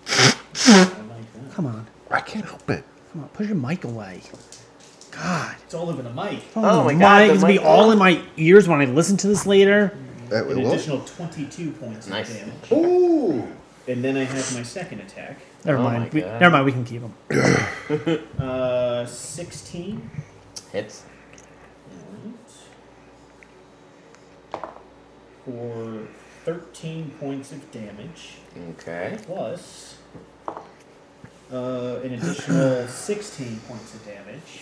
S3: I like that.
S5: Come on.
S4: I can't help it.
S5: Come on. Push your mic away. God.
S3: It's all over the mic.
S2: Oh my
S5: mic
S2: God, the
S5: is going to
S2: mic-
S5: be all in my ears when I listen to this later.
S4: Uh, it
S3: An
S4: will?
S3: additional 22 points
S2: Nice.
S3: of damage.
S7: Ooh!
S3: And then I have my second attack.
S5: Never
S2: Oh my
S5: mind. We,
S2: God.
S5: never mind. We can keep him.
S3: Uh, 16.
S2: Hits.
S3: Alright. For 13 points of damage,
S2: Okay.
S3: plus uh, an additional 16 points of damage.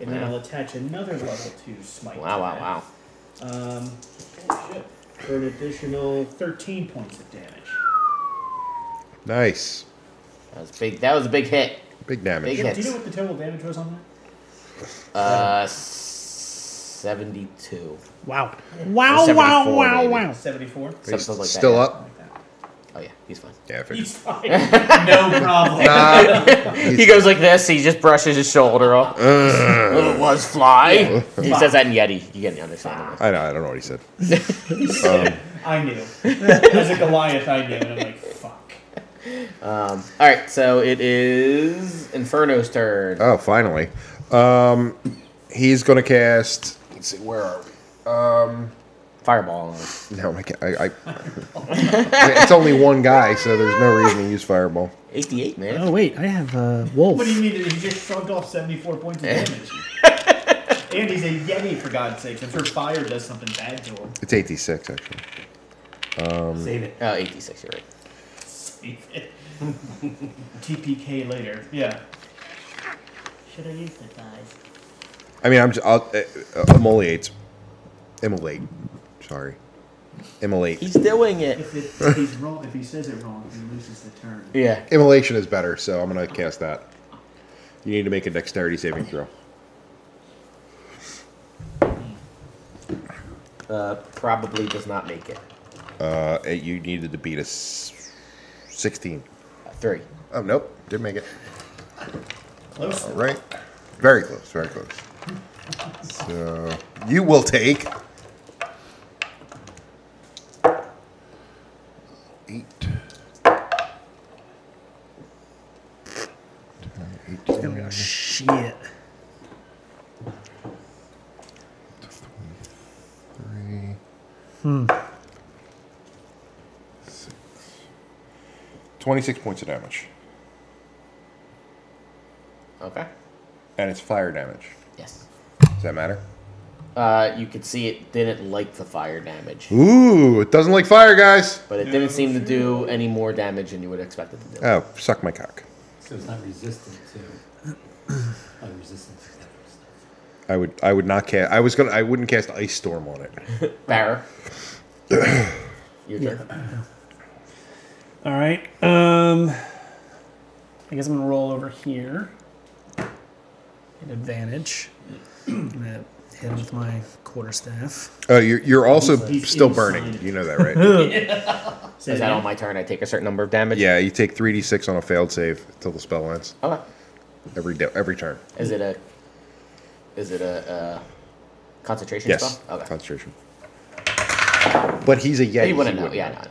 S3: And then
S2: Wow.
S3: I'll attach another level 2 smite.
S2: Wow,
S3: to that.
S2: wow, wow.
S3: Um, oh shit. For an additional 13 points of damage.
S4: Nice.
S2: That was big. That was a big hit.
S4: Big damage.
S2: Big
S3: Do you
S2: hits.
S3: know what the total damage was on that?
S2: Uh, s- seventy-two.
S5: Wow. Wow,
S2: 74,
S5: wow, wow,
S2: baby.
S5: wow.
S3: 74?
S4: He's
S2: Something like that,
S4: still
S2: yeah.
S4: up?
S3: Like that.
S2: Oh yeah, he's fine.
S4: Yeah, I figured.
S3: He's fine. no problem.
S4: Ah,
S2: He goes like this. He just brushes his shoulder off.
S4: uh,
S2: Oh, it was fly. He says that in Yeti. You get understand.
S4: I know. I don't know what he said.
S3: I knew. As a Goliath, I knew. And I'm like, fuck.
S2: Um. All right. So it is Inferno's turn.
S4: Oh, finally. Um, he's gonna cast. Let's see. Where are we?
S2: Fireball.
S4: No, I can't. I, I, it's only one guy, so there's no reason to use fireball.
S2: Eighty-eight, man.
S5: Oh, wait. I have a wolf.
S3: What do you mean? He just shrugged off 74 points of damage. and he's a Yeti, for God's sakes. I'm sure fire does something bad to him.
S4: It's 86, actually.
S6: Save it.
S2: Oh, 86, you're right.
S3: TPK later. Yeah.
S6: Should I use the dice?
S4: I mean, I'm just, I'll, uh, uh, immolates. Immolate. Sorry. Immolate.
S2: He's doing it.
S3: If, it, if he's wrong, if he says it wrong, he loses the turn.
S2: Yeah.
S4: Immolation is better, so I'm gonna cast that. You need to make a dexterity saving throw.
S2: Uh, probably does not make it.
S4: Uh, uh, you needed to beat a s- 16.
S2: A three.
S4: Oh, nope. Didn't make it.
S3: Close.
S6: Oh.
S4: All right. Very close. Very close. So, you will take. Eight.
S5: Oh, shit.
S4: Three. Six. 26 points of damage.
S2: Okay.
S4: And it's fire damage.
S2: Yes.
S4: Does that matter?
S2: Uh, you could see it didn't like the fire damage,
S4: Ooh, it doesn't like fire, guys.
S2: but it didn't seem to do any more damage than you would expect it to do.
S4: Oh, suck my cock.
S6: So it's not resistant to. Oh, resistant to that stuff.
S4: I would I would not cast I was gonna I wouldn't cast ice storm on it.
S2: Barra. Your turn.
S5: All right. Um, I guess I'm gonna roll over here. An advantage. I'm gonna hit him with my quarterstaff.
S4: Oh, you're you're also
S3: He's
S4: still
S3: inside.
S4: burning. You know that, right?
S3: Say
S2: Is
S3: it
S2: that
S3: again?
S2: on my turn? I take a certain number of damage?
S4: yeah, you take three d six on a failed save until the spell ends
S2: Okay.
S4: every day, every turn.
S2: Is it a. Is it a. Uh, concentration
S4: Yes,
S2: spell? Okay.
S4: concentration. But he's a yeti.
S2: you wouldn't
S4: he
S2: know. Yeah, no, no.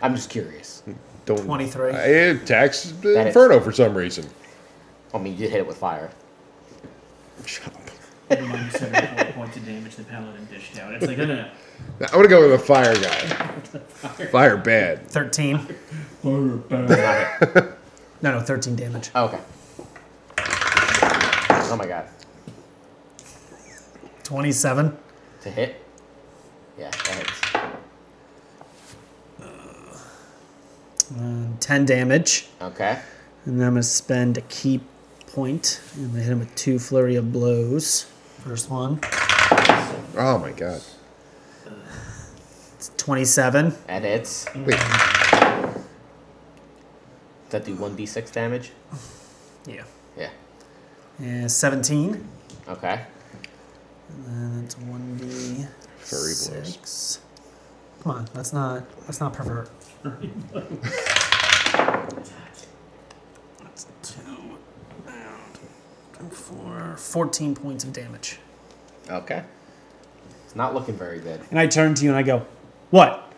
S2: I'm just curious.
S4: Don't
S5: 23.
S4: I- eh, It attacks the
S2: That is-
S4: Inferno for some reason.
S2: I mean, you hit it with fire.
S4: Shut up.
S3: Everyone was 74 points of damage the paladin dished out. It's like, no, no, no.
S4: I'm gonna go with a fire guy. Fire bad.
S5: 13. No, no, 13 damage.
S2: Oh, okay. Oh my god.
S5: 27.
S2: To hit? Yeah, that hits.
S5: Uh, 10 damage.
S2: Okay.
S5: And then I'm going to spend a key point. And I'm going to hit him with two flurry of blows. First one.
S4: Oh my god.
S5: It's 27.
S2: That hits.
S4: Wait,
S2: Does that do 1d6 damage?
S5: Yeah.
S2: Yeah.
S5: Uh, 17.
S2: Okay.
S5: And it's 1d.
S4: Flurry blows.
S5: six. Come on, let's not let's not pervert. That's two and four. 14 points of damage.
S2: Okay. It's not looking very good.
S5: And I turn to you and I go, What?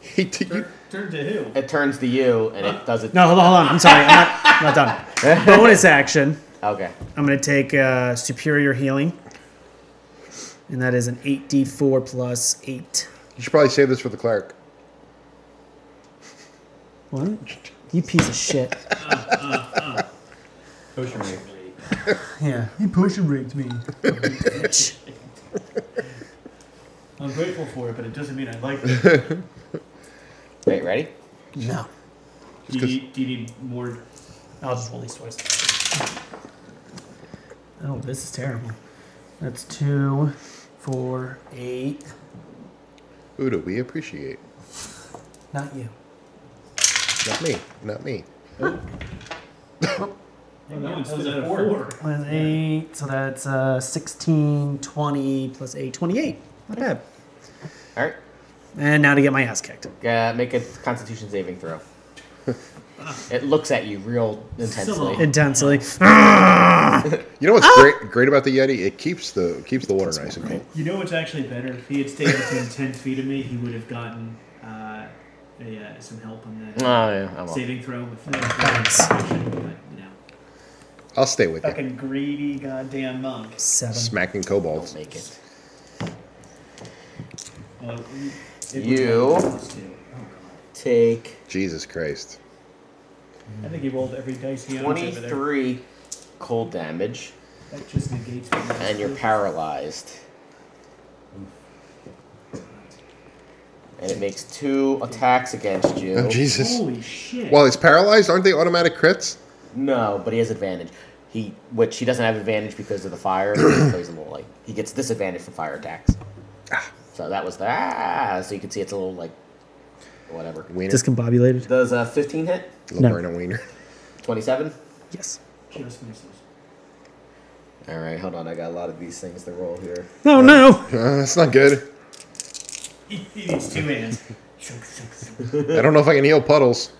S4: He did you-
S3: Turn, turn to who?
S2: It turns to you and it does it.
S5: No, hold on, hold on. I'm sorry. I'm not, I'm not done. Bonus action.
S2: Okay.
S5: I'm going to take uh, Superior Healing. And that is an 8d4 plus 8.
S4: you should probably save this for the cleric.
S5: What? You piece of shit.
S6: Potion rate.
S5: Yeah.
S3: He potion raped me.
S5: Bitch.
S3: I'm grateful for it, but it doesn't mean I like it.
S2: Wait, ready?
S5: No.
S3: Do you, need- do you need more?
S5: I'll just roll these twice. Oh, this is terrible. That's two, four, eight.
S4: Uda, we appreciate.
S5: Not you.
S4: Not me. Not me.
S3: Oh, that one's
S6: that was
S3: still
S6: a
S3: at a
S6: four.
S3: four.
S5: Plus eight, so that's uh, 16, 20, plus eight, 28. Not bad.
S2: All right.
S5: And now to get my ass kicked.
S2: Uh, make a Constitution saving throw. it looks at you real intensely.
S5: Intensely.
S4: You know what's
S2: Ah!
S4: great great about the Yeti? It keeps the keeps the water nice and cold.
S3: You know what's actually better? If he had stayed within 10 feet of me, he would have gotten uh, a, uh, some help on that
S2: Oh yeah. I'm all-
S3: saving throw with the
S5: Thanks.
S3: but, you know,
S4: I'll stay with you.
S3: fucking greedy goddamn monk.
S5: Seven.
S4: Smacking kobolds.
S2: Make it.
S3: Well, it would
S2: You-
S3: have been plus two. Oh, God.
S2: Take
S4: Jesus Christ.
S3: I think he rolled every dice he owns over there.
S2: 23 cold damage,
S3: That just negates what he has
S2: and
S3: to
S2: you're
S3: do.
S2: paralyzed. And it makes two attacks against you.
S4: Oh Jesus.
S3: Holy shit.
S4: While he's paralyzed, aren't they automatic crits?
S2: No, but he has advantage. He, which he doesn't have advantage because of the fire. so he's a little like he gets disadvantage for fire attacks. So that was the ah. So you can see it's a little like whatever.
S4: Wiener.
S5: Discombobulated?
S2: Does a 15 hit?
S4: Little
S5: No.
S4: Berna wiener.
S2: 27.
S5: Yes.
S3: Just misses.
S2: All right, hold on. I got a lot of these things to roll here.
S5: No, Oh, no.
S4: Uh, that's not good.
S3: He, he needs two hands.
S4: I don't know if I can heal puddles.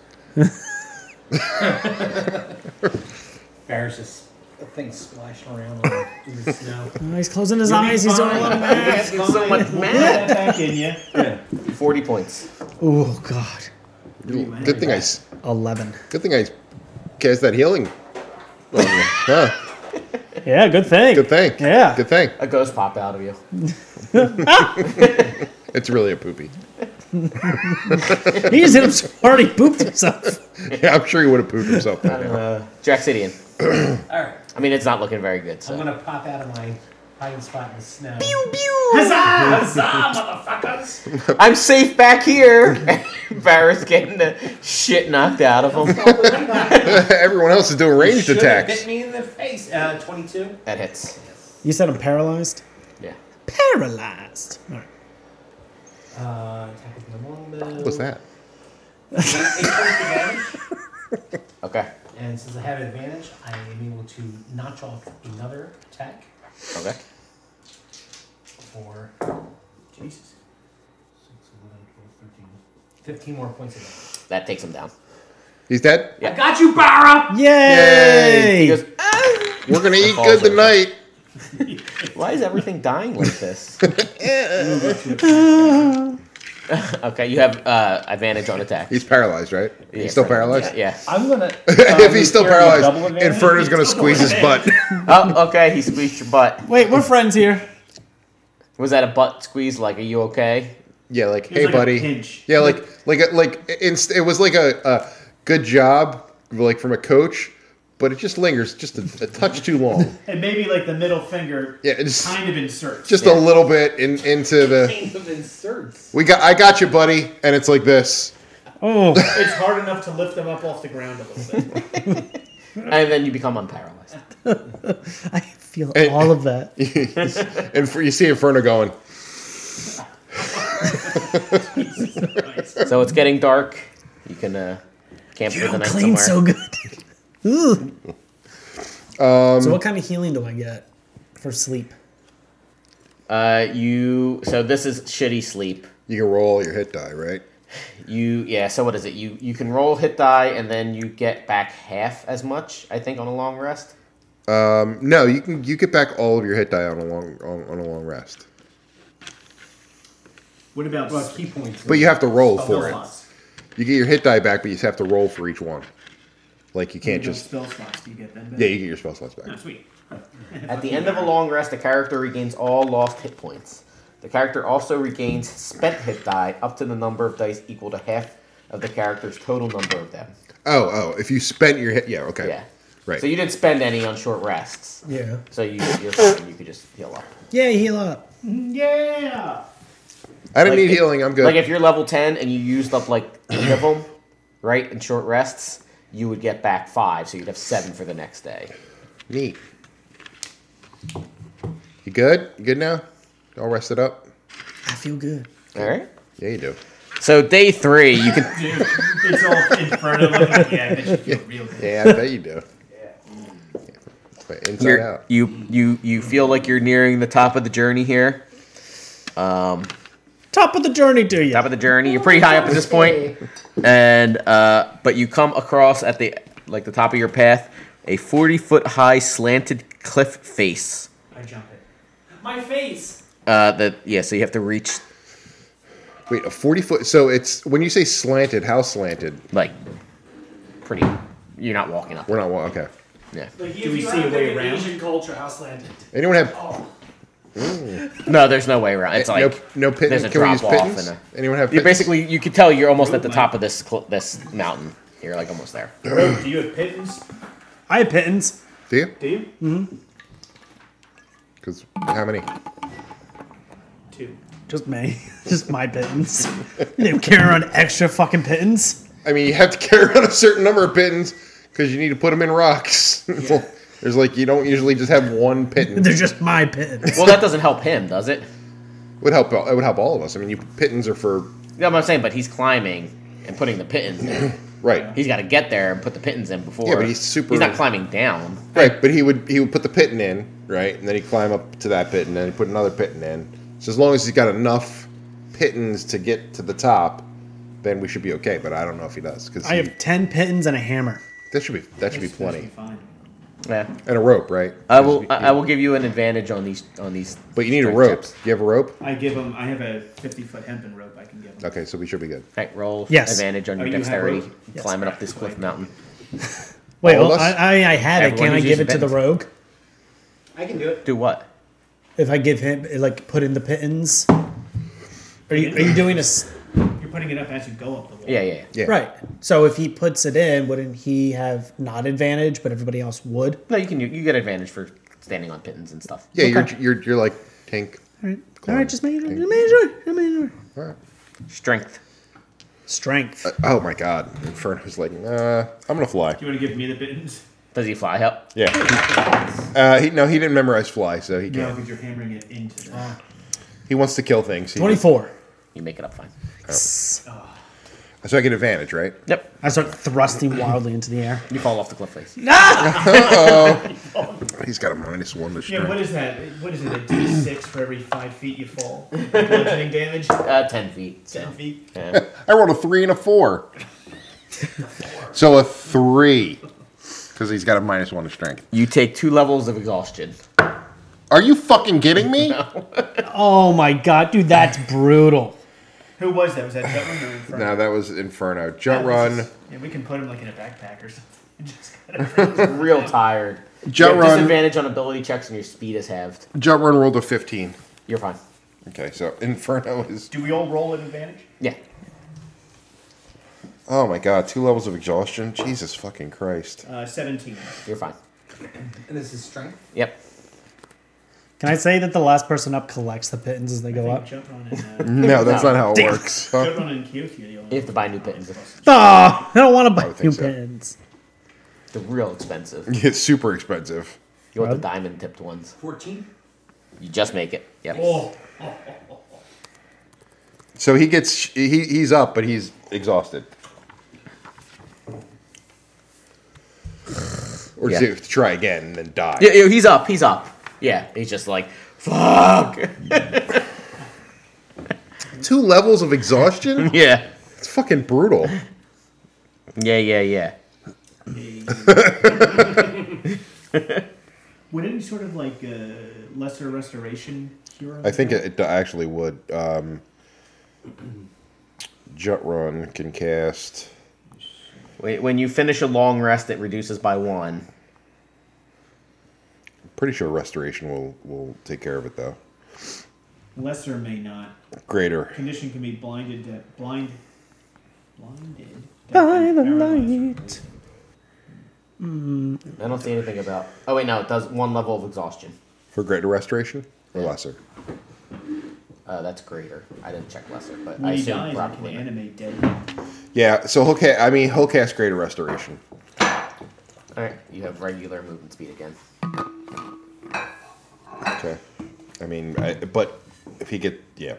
S6: Barris is a thing splashing around on- in the snow.
S5: he's closing his
S6: You'll be
S5: eyes. He's doing a lot of
S6: fine.
S5: math.
S6: You'll be
S2: So
S6: fine.
S2: much
S6: We'll put
S2: math.
S6: that back in you. Yeah.
S2: 40 points.
S5: Oh, God.
S4: Good thing I s-
S5: 11.
S4: good thing I cast that healing. on you. Huh.
S5: Yeah, good thing.
S4: Good thing.
S5: Yeah.
S4: Good thing.
S2: A ghost popped out of you.
S4: It's really a poopy.
S5: He just hit him so hard he pooped himself.
S4: Yeah, I'm sure he would have pooped himself by now.
S2: Uh, Jaxidian.
S6: All right.
S2: I mean, it's not looking very good. So.
S6: I'm gonna pop out of my hiding spot in the snow.
S3: Huzzah! Huzzah, motherfuckers!
S2: I'm safe back here. Barris getting the shit knocked out of him.
S4: Everyone else is doing ranged
S6: Should've
S4: attacks.
S6: Hit me in the face. Uh, 22.
S2: that hits.
S5: You said I'm paralyzed?
S2: Yeah.
S5: Paralyzed. All right.
S6: Uh, attack with my longbow.
S4: What was that?
S6: Eight points of damage.
S2: Okay.
S6: And since I have advantage, I am able to notch off another attack
S2: Okay.
S6: for
S3: Jesus.
S6: 6, 11, 12, 13, 15 more points of damage.
S2: That takes him down.
S4: He's dead?
S2: Yeah.
S6: I got you, Barra!
S5: Yay!
S2: He goes, "Ah,
S4: We're gonna eat
S2: falls
S4: good tonight.
S2: why is everything dying like this?
S3: Move up to attack.
S2: Okay, you have uh, advantage on attack.
S4: He's paralyzed, right?
S2: Yeah,
S4: he's still
S2: pretty much.
S4: paralyzed.
S2: Yeah. yeah.
S3: I'm gonna.
S4: if he's still paralyzed, Inferno's gonna squeeze his butt.
S2: Oh, okay. He squeezed your butt.
S5: Wait, we're friends here.
S2: Was that a butt squeeze? Like, are you okay?
S4: Yeah, like,
S3: was
S4: hey,
S3: like a
S4: buddy.
S3: pinch.
S4: Yeah, like, like, like, inst- it was like a, a good job, like from a coach, but it just lingers just a, a touch too long.
S3: And maybe like the middle finger
S4: Yeah, it's
S3: kind of inserts.
S4: just a little bit in, into the.
S6: Kind of inserts.
S4: We got, I got you, buddy, and it's like this.
S5: Oh,
S3: It's hard enough to lift them up off the ground a little bit.
S2: And then you become unparalyzed.
S5: I feel
S4: Hey.
S5: all of that.
S4: And for, you see Inferno going,
S3: Nice.
S2: So it's getting dark. You can uh, camp
S5: You
S2: for the
S5: don't
S2: night
S5: clean
S2: somewhere.
S5: so good. Ooh. so what kind of healing do I get for sleep?
S2: uh, you. So this is shitty sleep.
S4: you can roll your hit die, right?
S2: You yeah. So what is it? You you can roll hit die and then you get back half as much. I think on a long rest.
S4: No, you can you get back all of your hit die on a long on, on a long rest,
S3: What about
S6: Well, key points.
S4: but you have to roll
S3: spell
S4: for it.
S3: slots?
S4: You get your hit die back, but you have to roll for each one. Like you can't
S3: You
S4: just
S3: spell slots. Do you get them? back?
S4: yeah, you get your spell slots back.
S3: Oh, sweet.
S2: At the end of a long rest, the character regains all lost hit points. The character also regains spent hit die up to the number of dice equal to half of the character's total number of them.
S4: Oh, oh, if you spent your hit, yeah, okay,
S2: Yeah.
S4: right.
S2: So you didn't spend any on short rests.
S5: Yeah.
S2: So you you're fine. You could just heal up.
S5: Yeah, heal up.
S3: Yeah.
S4: I didn't
S2: like
S4: need
S2: if-
S4: healing. I'm good.
S2: Like if you're level ten and you used up like eight of them, right, in short rests, you would get back five, so you'd have seven for the next day.
S4: Neat. You good? You good now? All rested up?
S5: I feel good.
S2: All right.
S4: Yeah, you do.
S2: So day three, you can.
S3: Dude, it's all Inferno looking. Yeah, I bet you feel real good.
S4: Yeah, I bet you do. But inside
S2: you're,
S4: out.
S2: you you you feel like you're nearing the top of the journey here. Um,
S5: Top of the journey to you.
S2: top of the journey. You're pretty high up at this point, and uh, but you come across at the like the top of your path a 40 foot high slanted cliff face.
S6: I jump it. My face.
S2: Uh, that yeah. So you have to reach
S4: Wait, a forty foot. So it's when you say slanted, how slanted?
S2: like pretty. You're not walking up.
S4: We're not wa- okay.
S2: Yeah.
S6: Like, if
S3: Do we
S6: you
S3: see a
S6: have
S3: way
S6: an
S3: around?
S6: Asian culture, how slanted.
S4: Anyone have
S2: No, there's no way around. It's like
S4: no no pittance?
S2: there's a
S4: Can we use
S2: drop off
S4: pittance?
S2: and
S4: Anyone have
S2: you
S4: pittance?
S2: basically you could tell you're almost at the top of this cl- this mountain. You're like almost there.
S3: Rogue, do you have pittance?
S5: I have pittance.
S4: do you?
S3: Do you?
S4: Because how many?
S3: Two.
S5: Just me. Just my pittance. they don't care on extra fucking pittance.
S4: I mean, you have to carry around a certain number of pittance because you need to put them in rocks. There's like you don't usually just have one pittance.
S5: They're just my pittance.
S2: Well, that doesn't help him, does it?
S4: would help. It would help all of us. I mean, you pittance are for
S2: Yeah, but I'm saying, but he's climbing and putting the pittons in.
S4: right.
S2: He's got to get there and put the pittons in before.
S4: Yeah, but he's super-
S2: He's not climbing down.
S4: Right, but he would he would put the pitting in, right, and then he'd climb up to that pit and then he'd put another pitting in. So as long as he's got enough pittings to get to the top, then we should be okay. But I don't know if he does because
S5: I have ten pittance and a hammer.
S4: that should be that should be plenty
S3: Fine.
S2: Yeah,
S4: and a rope, right?
S2: I will. I, I will give you an advantage on these. On these.
S4: But you need a
S2: strength
S4: rope.
S2: checks.
S4: Do you have a rope?
S3: I give him. I have a 50 foot hempen rope. I can give him.
S4: Okay, so we should be good.
S2: All right, roll
S5: Yes.
S2: advantage on
S3: Oh,
S2: your
S3: you have
S2: dexterity
S3: rope?
S5: Yes.
S2: climbing up this cliff mountain.
S5: Wait,
S4: All of
S5: well, I,
S4: us?
S5: I I had it.
S2: Everyone
S5: Can I
S2: who's
S5: give
S2: using
S5: it to the
S2: pittance.
S5: rogue?
S6: I can do it.
S2: Do what?
S5: If I give him like put in the pittance. Are you are you doing a s-
S3: You're putting it up as you go up the wall.
S2: Yeah, yeah. yeah.
S4: Yeah.
S5: right? So if he puts it in, wouldn't he have not advantage, but everybody else would?
S2: No, you can. You get advantage for standing on pittons and stuff.
S4: Yeah,
S5: Okay.
S4: you're you're you're like tank.
S5: All right, all
S4: Cool.
S5: right. Just making sure. Just making sure. Just making sure.
S4: All right.
S2: Strength.
S5: Strength.
S4: Oh my god, Inferno's like, uh, I'm gonna fly.
S3: Do you want to give me the pittance?
S2: Does he fly up?
S4: Yeah. Uh, he, no, he didn't memorize fly, so he
S3: No,
S4: can't.
S3: because you're hammering it into the.
S4: He wants to kill things. He-
S5: Twenty four.
S2: You make it up fine.
S4: So I get advantage, right?
S2: Yep.
S5: I start thrusting wildly into the air.
S2: You fall off the cliff face.
S4: He's got a minus one to strength.
S3: Yeah, what is that? What is it? A D6 for every five feet you fall? Bludgeoning damage?
S2: Uh, ten feet. so,
S3: Ten feet?
S2: yeah.
S4: I rolled a three and a four. so a three, because he's got a minus one to strength.
S2: You take two levels of exhaustion.
S4: Are you fucking kidding me?
S5: Oh my god, dude, that's brutal.
S3: Who was that? Was that Jutland or Inferno?
S4: No, that was Inferno.
S3: That
S4: Jut
S3: was
S4: Run.
S3: just- yeah, we can put him like in a backpack or something. Just kind of-
S2: Real tired.
S4: Jut
S2: you have
S4: run.
S2: disadvantage on ability checks and your speed is halved.
S4: Jut Run rolled a 15.
S2: You're fine.
S4: Okay, so Inferno is.
S3: Do we all roll at advantage?
S2: Yeah.
S4: Oh my god, two levels of exhaustion? Jesus fucking Christ.
S3: Uh, Seventeen.
S2: You're fine.
S6: And this is strength.
S2: Yep.
S5: Can I say that the last person up collects the pittance as they go
S3: I
S5: up?
S3: think Jutland and uh,
S4: No, that's
S2: No.
S4: not how it works. Huh?
S3: Jutland and Kyokyu are the only.
S2: You have to buy new pittons.
S5: Oh, I don't want to
S4: I
S5: buy
S4: would
S5: new
S4: think so.
S5: pins.
S2: They're real expensive.
S4: It's super expensive.
S2: You want the diamond tipped ones.
S6: Fourteen.
S2: You just make it. Yep.
S6: Oh,
S4: So he gets. He, he's up, but he's exhausted. Or
S2: Yeah.
S4: to try again and then die.
S2: Yeah, yeah, he's up. He's up. Yeah, he's just like, fuck.
S4: Two levels of exhaustion?
S2: yeah.
S4: It's fucking brutal.
S2: Yeah, yeah, yeah.
S3: Would any sort of like uh, lesser restoration cure? him?
S4: I think it, it actually would. Um, Jut Run can cast.
S2: Wait, When you finish a long rest, it reduces by one.
S4: Pretty sure Restoration will will take care of it though.
S3: lesser may not.
S4: Greater.
S3: Condition can be blinded. De- blind. Blinded.
S5: By the
S3: Paralyzed.
S5: light.
S2: I don't see anything about. Oh wait, no, it does one level of exhaustion.
S4: For greater restoration or lesser?
S2: Uh, that's greater. I didn't check lesser, but I
S3: When he
S2: assume
S3: dies, he can
S2: probably.
S3: animate dead.
S4: Yeah, so he'll ca- I mean he'll cast greater restoration.
S2: All right, you have regular movement speed again.
S4: Okay. I mean I, but if he get yeah.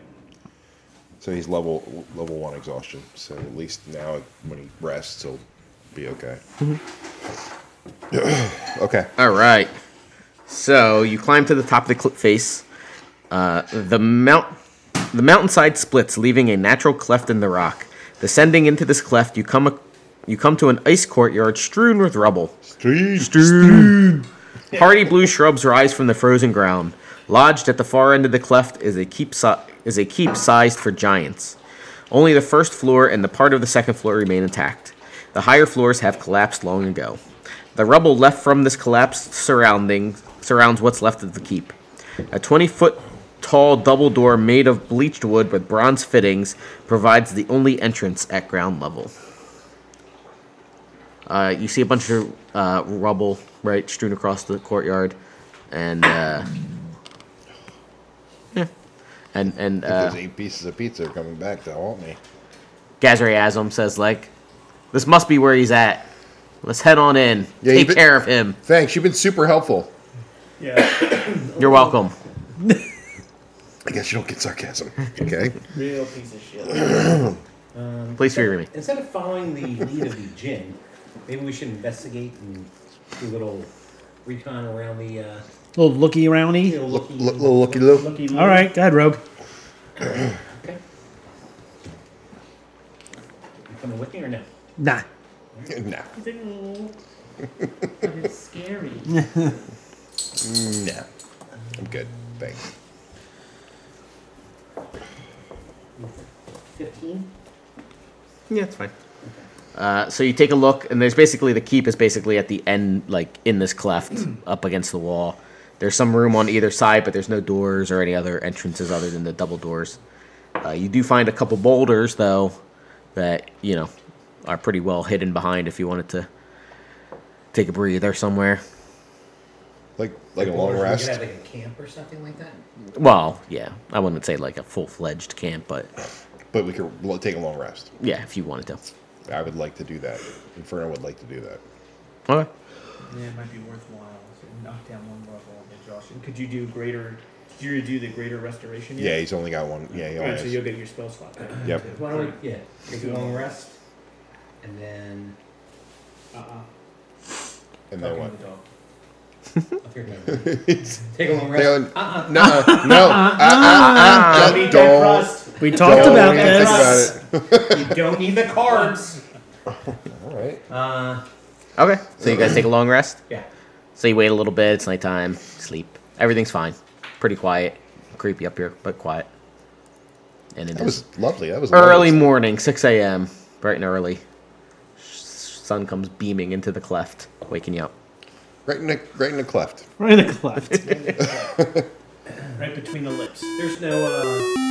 S4: So he's level level one exhaustion. So at least now when he rests he'll be okay. okay.
S2: All right. So you climb to the top of the cliff face. Uh, the mount, the mountainside splits, leaving a natural cleft in the rock. Descending into this cleft, you come, a, you come to an ice courtyard strewn with rubble. Hardy blue shrubs rise from the frozen ground. Lodged at the far end of the cleft is a keep si- is a keep sized for giants. Only the first floor and the part of the second floor remain intact. The higher floors have collapsed long ago. The rubble left from this collapsed surrounding surrounds what's left of the keep. A 20 foot tall double door made of bleached wood with bronze fittings provides the only entrance at ground level. Uh, you see a bunch of uh, rubble, right, strewn across the courtyard, and uh, yeah, and and uh,
S4: Those eight pieces of pizza are coming back to haunt me.
S2: Gazariasm says like, "This must be where he's at. Let's head on in.
S4: Yeah,
S2: Take
S4: you-
S2: care of him.
S4: Thanks, you've been super helpful.
S3: Yeah,
S2: You're welcome."
S4: I guess you don't get sarcasm. Okay.
S3: real piece of shit.
S2: Please forgive me.
S6: Instead of following the lead of the gin, maybe we should investigate and do a little recon around the. Uh,
S5: Little looky
S6: you
S5: roundy.
S6: know, looking-
S4: L- little looky loo.
S3: Lucky.
S5: All right, go ahead, Rogue.
S6: Okay. You coming with me or no?
S5: Nah.
S4: No.
S3: little. But it's scary.
S4: No. I'm good. Thanks.
S6: Fifteen.
S2: Yeah, it's fine. Uh, so you take a look, and there's basically the keep is basically at the end, like in this cleft, up against the wall. There's some room on either side, but there's no doors or any other entrances other than the double doors. Uh, you do find a couple boulders, though, that you know are pretty well hidden behind. If you wanted to take a breather somewhere,
S4: Like like a
S6: Or
S4: long
S6: if we
S4: rest.
S6: could have, like a camp or something like that.
S2: well, yeah, I wouldn't say like a full fledged camp, but
S4: But we could lo- take a long rest.
S2: yeah, if you wanted to.
S4: I would like to do that. Inferno would like to do that.
S2: Okay.
S3: Yeah, it might be worthwhile to knock down one level of exhaustion. Could you do greater? Did you do the greater restoration?
S4: Yeah,
S3: Yet?
S4: he's only got one. Yeah, he
S3: All
S4: only
S3: right, so
S4: has.
S3: you'll get your spell slot. back.
S4: Yep.
S6: Why don't we? Yeah. Take a long rest, and then.
S3: Uh-uh.
S4: And then what?
S6: Fucking the dog. I'll figure it out. Take a long
S4: They
S6: rest.
S4: go, No, no. uh, uh, uh,
S3: Don't eat that
S4: Don't.
S3: crust.
S5: We talked
S4: don't
S5: about
S4: think
S5: this.
S4: about
S6: You don't need the carbs.
S4: it. All right.
S6: Uh,
S2: Okay. So you guys take a long rest.
S6: yeah.
S2: So you wait a little bit, it's nighttime, sleep. Everything's fine. Pretty quiet. Creepy up here, but quiet. and it
S4: That
S2: is
S4: was lovely. That was
S2: early
S4: lovely.
S2: morning, 6 a.m., bright and early. Sun comes beaming into the cleft, waking you up.
S4: Right in the right in the cleft.
S5: Right in the cleft.
S3: Right between the lips.
S6: There's no uh,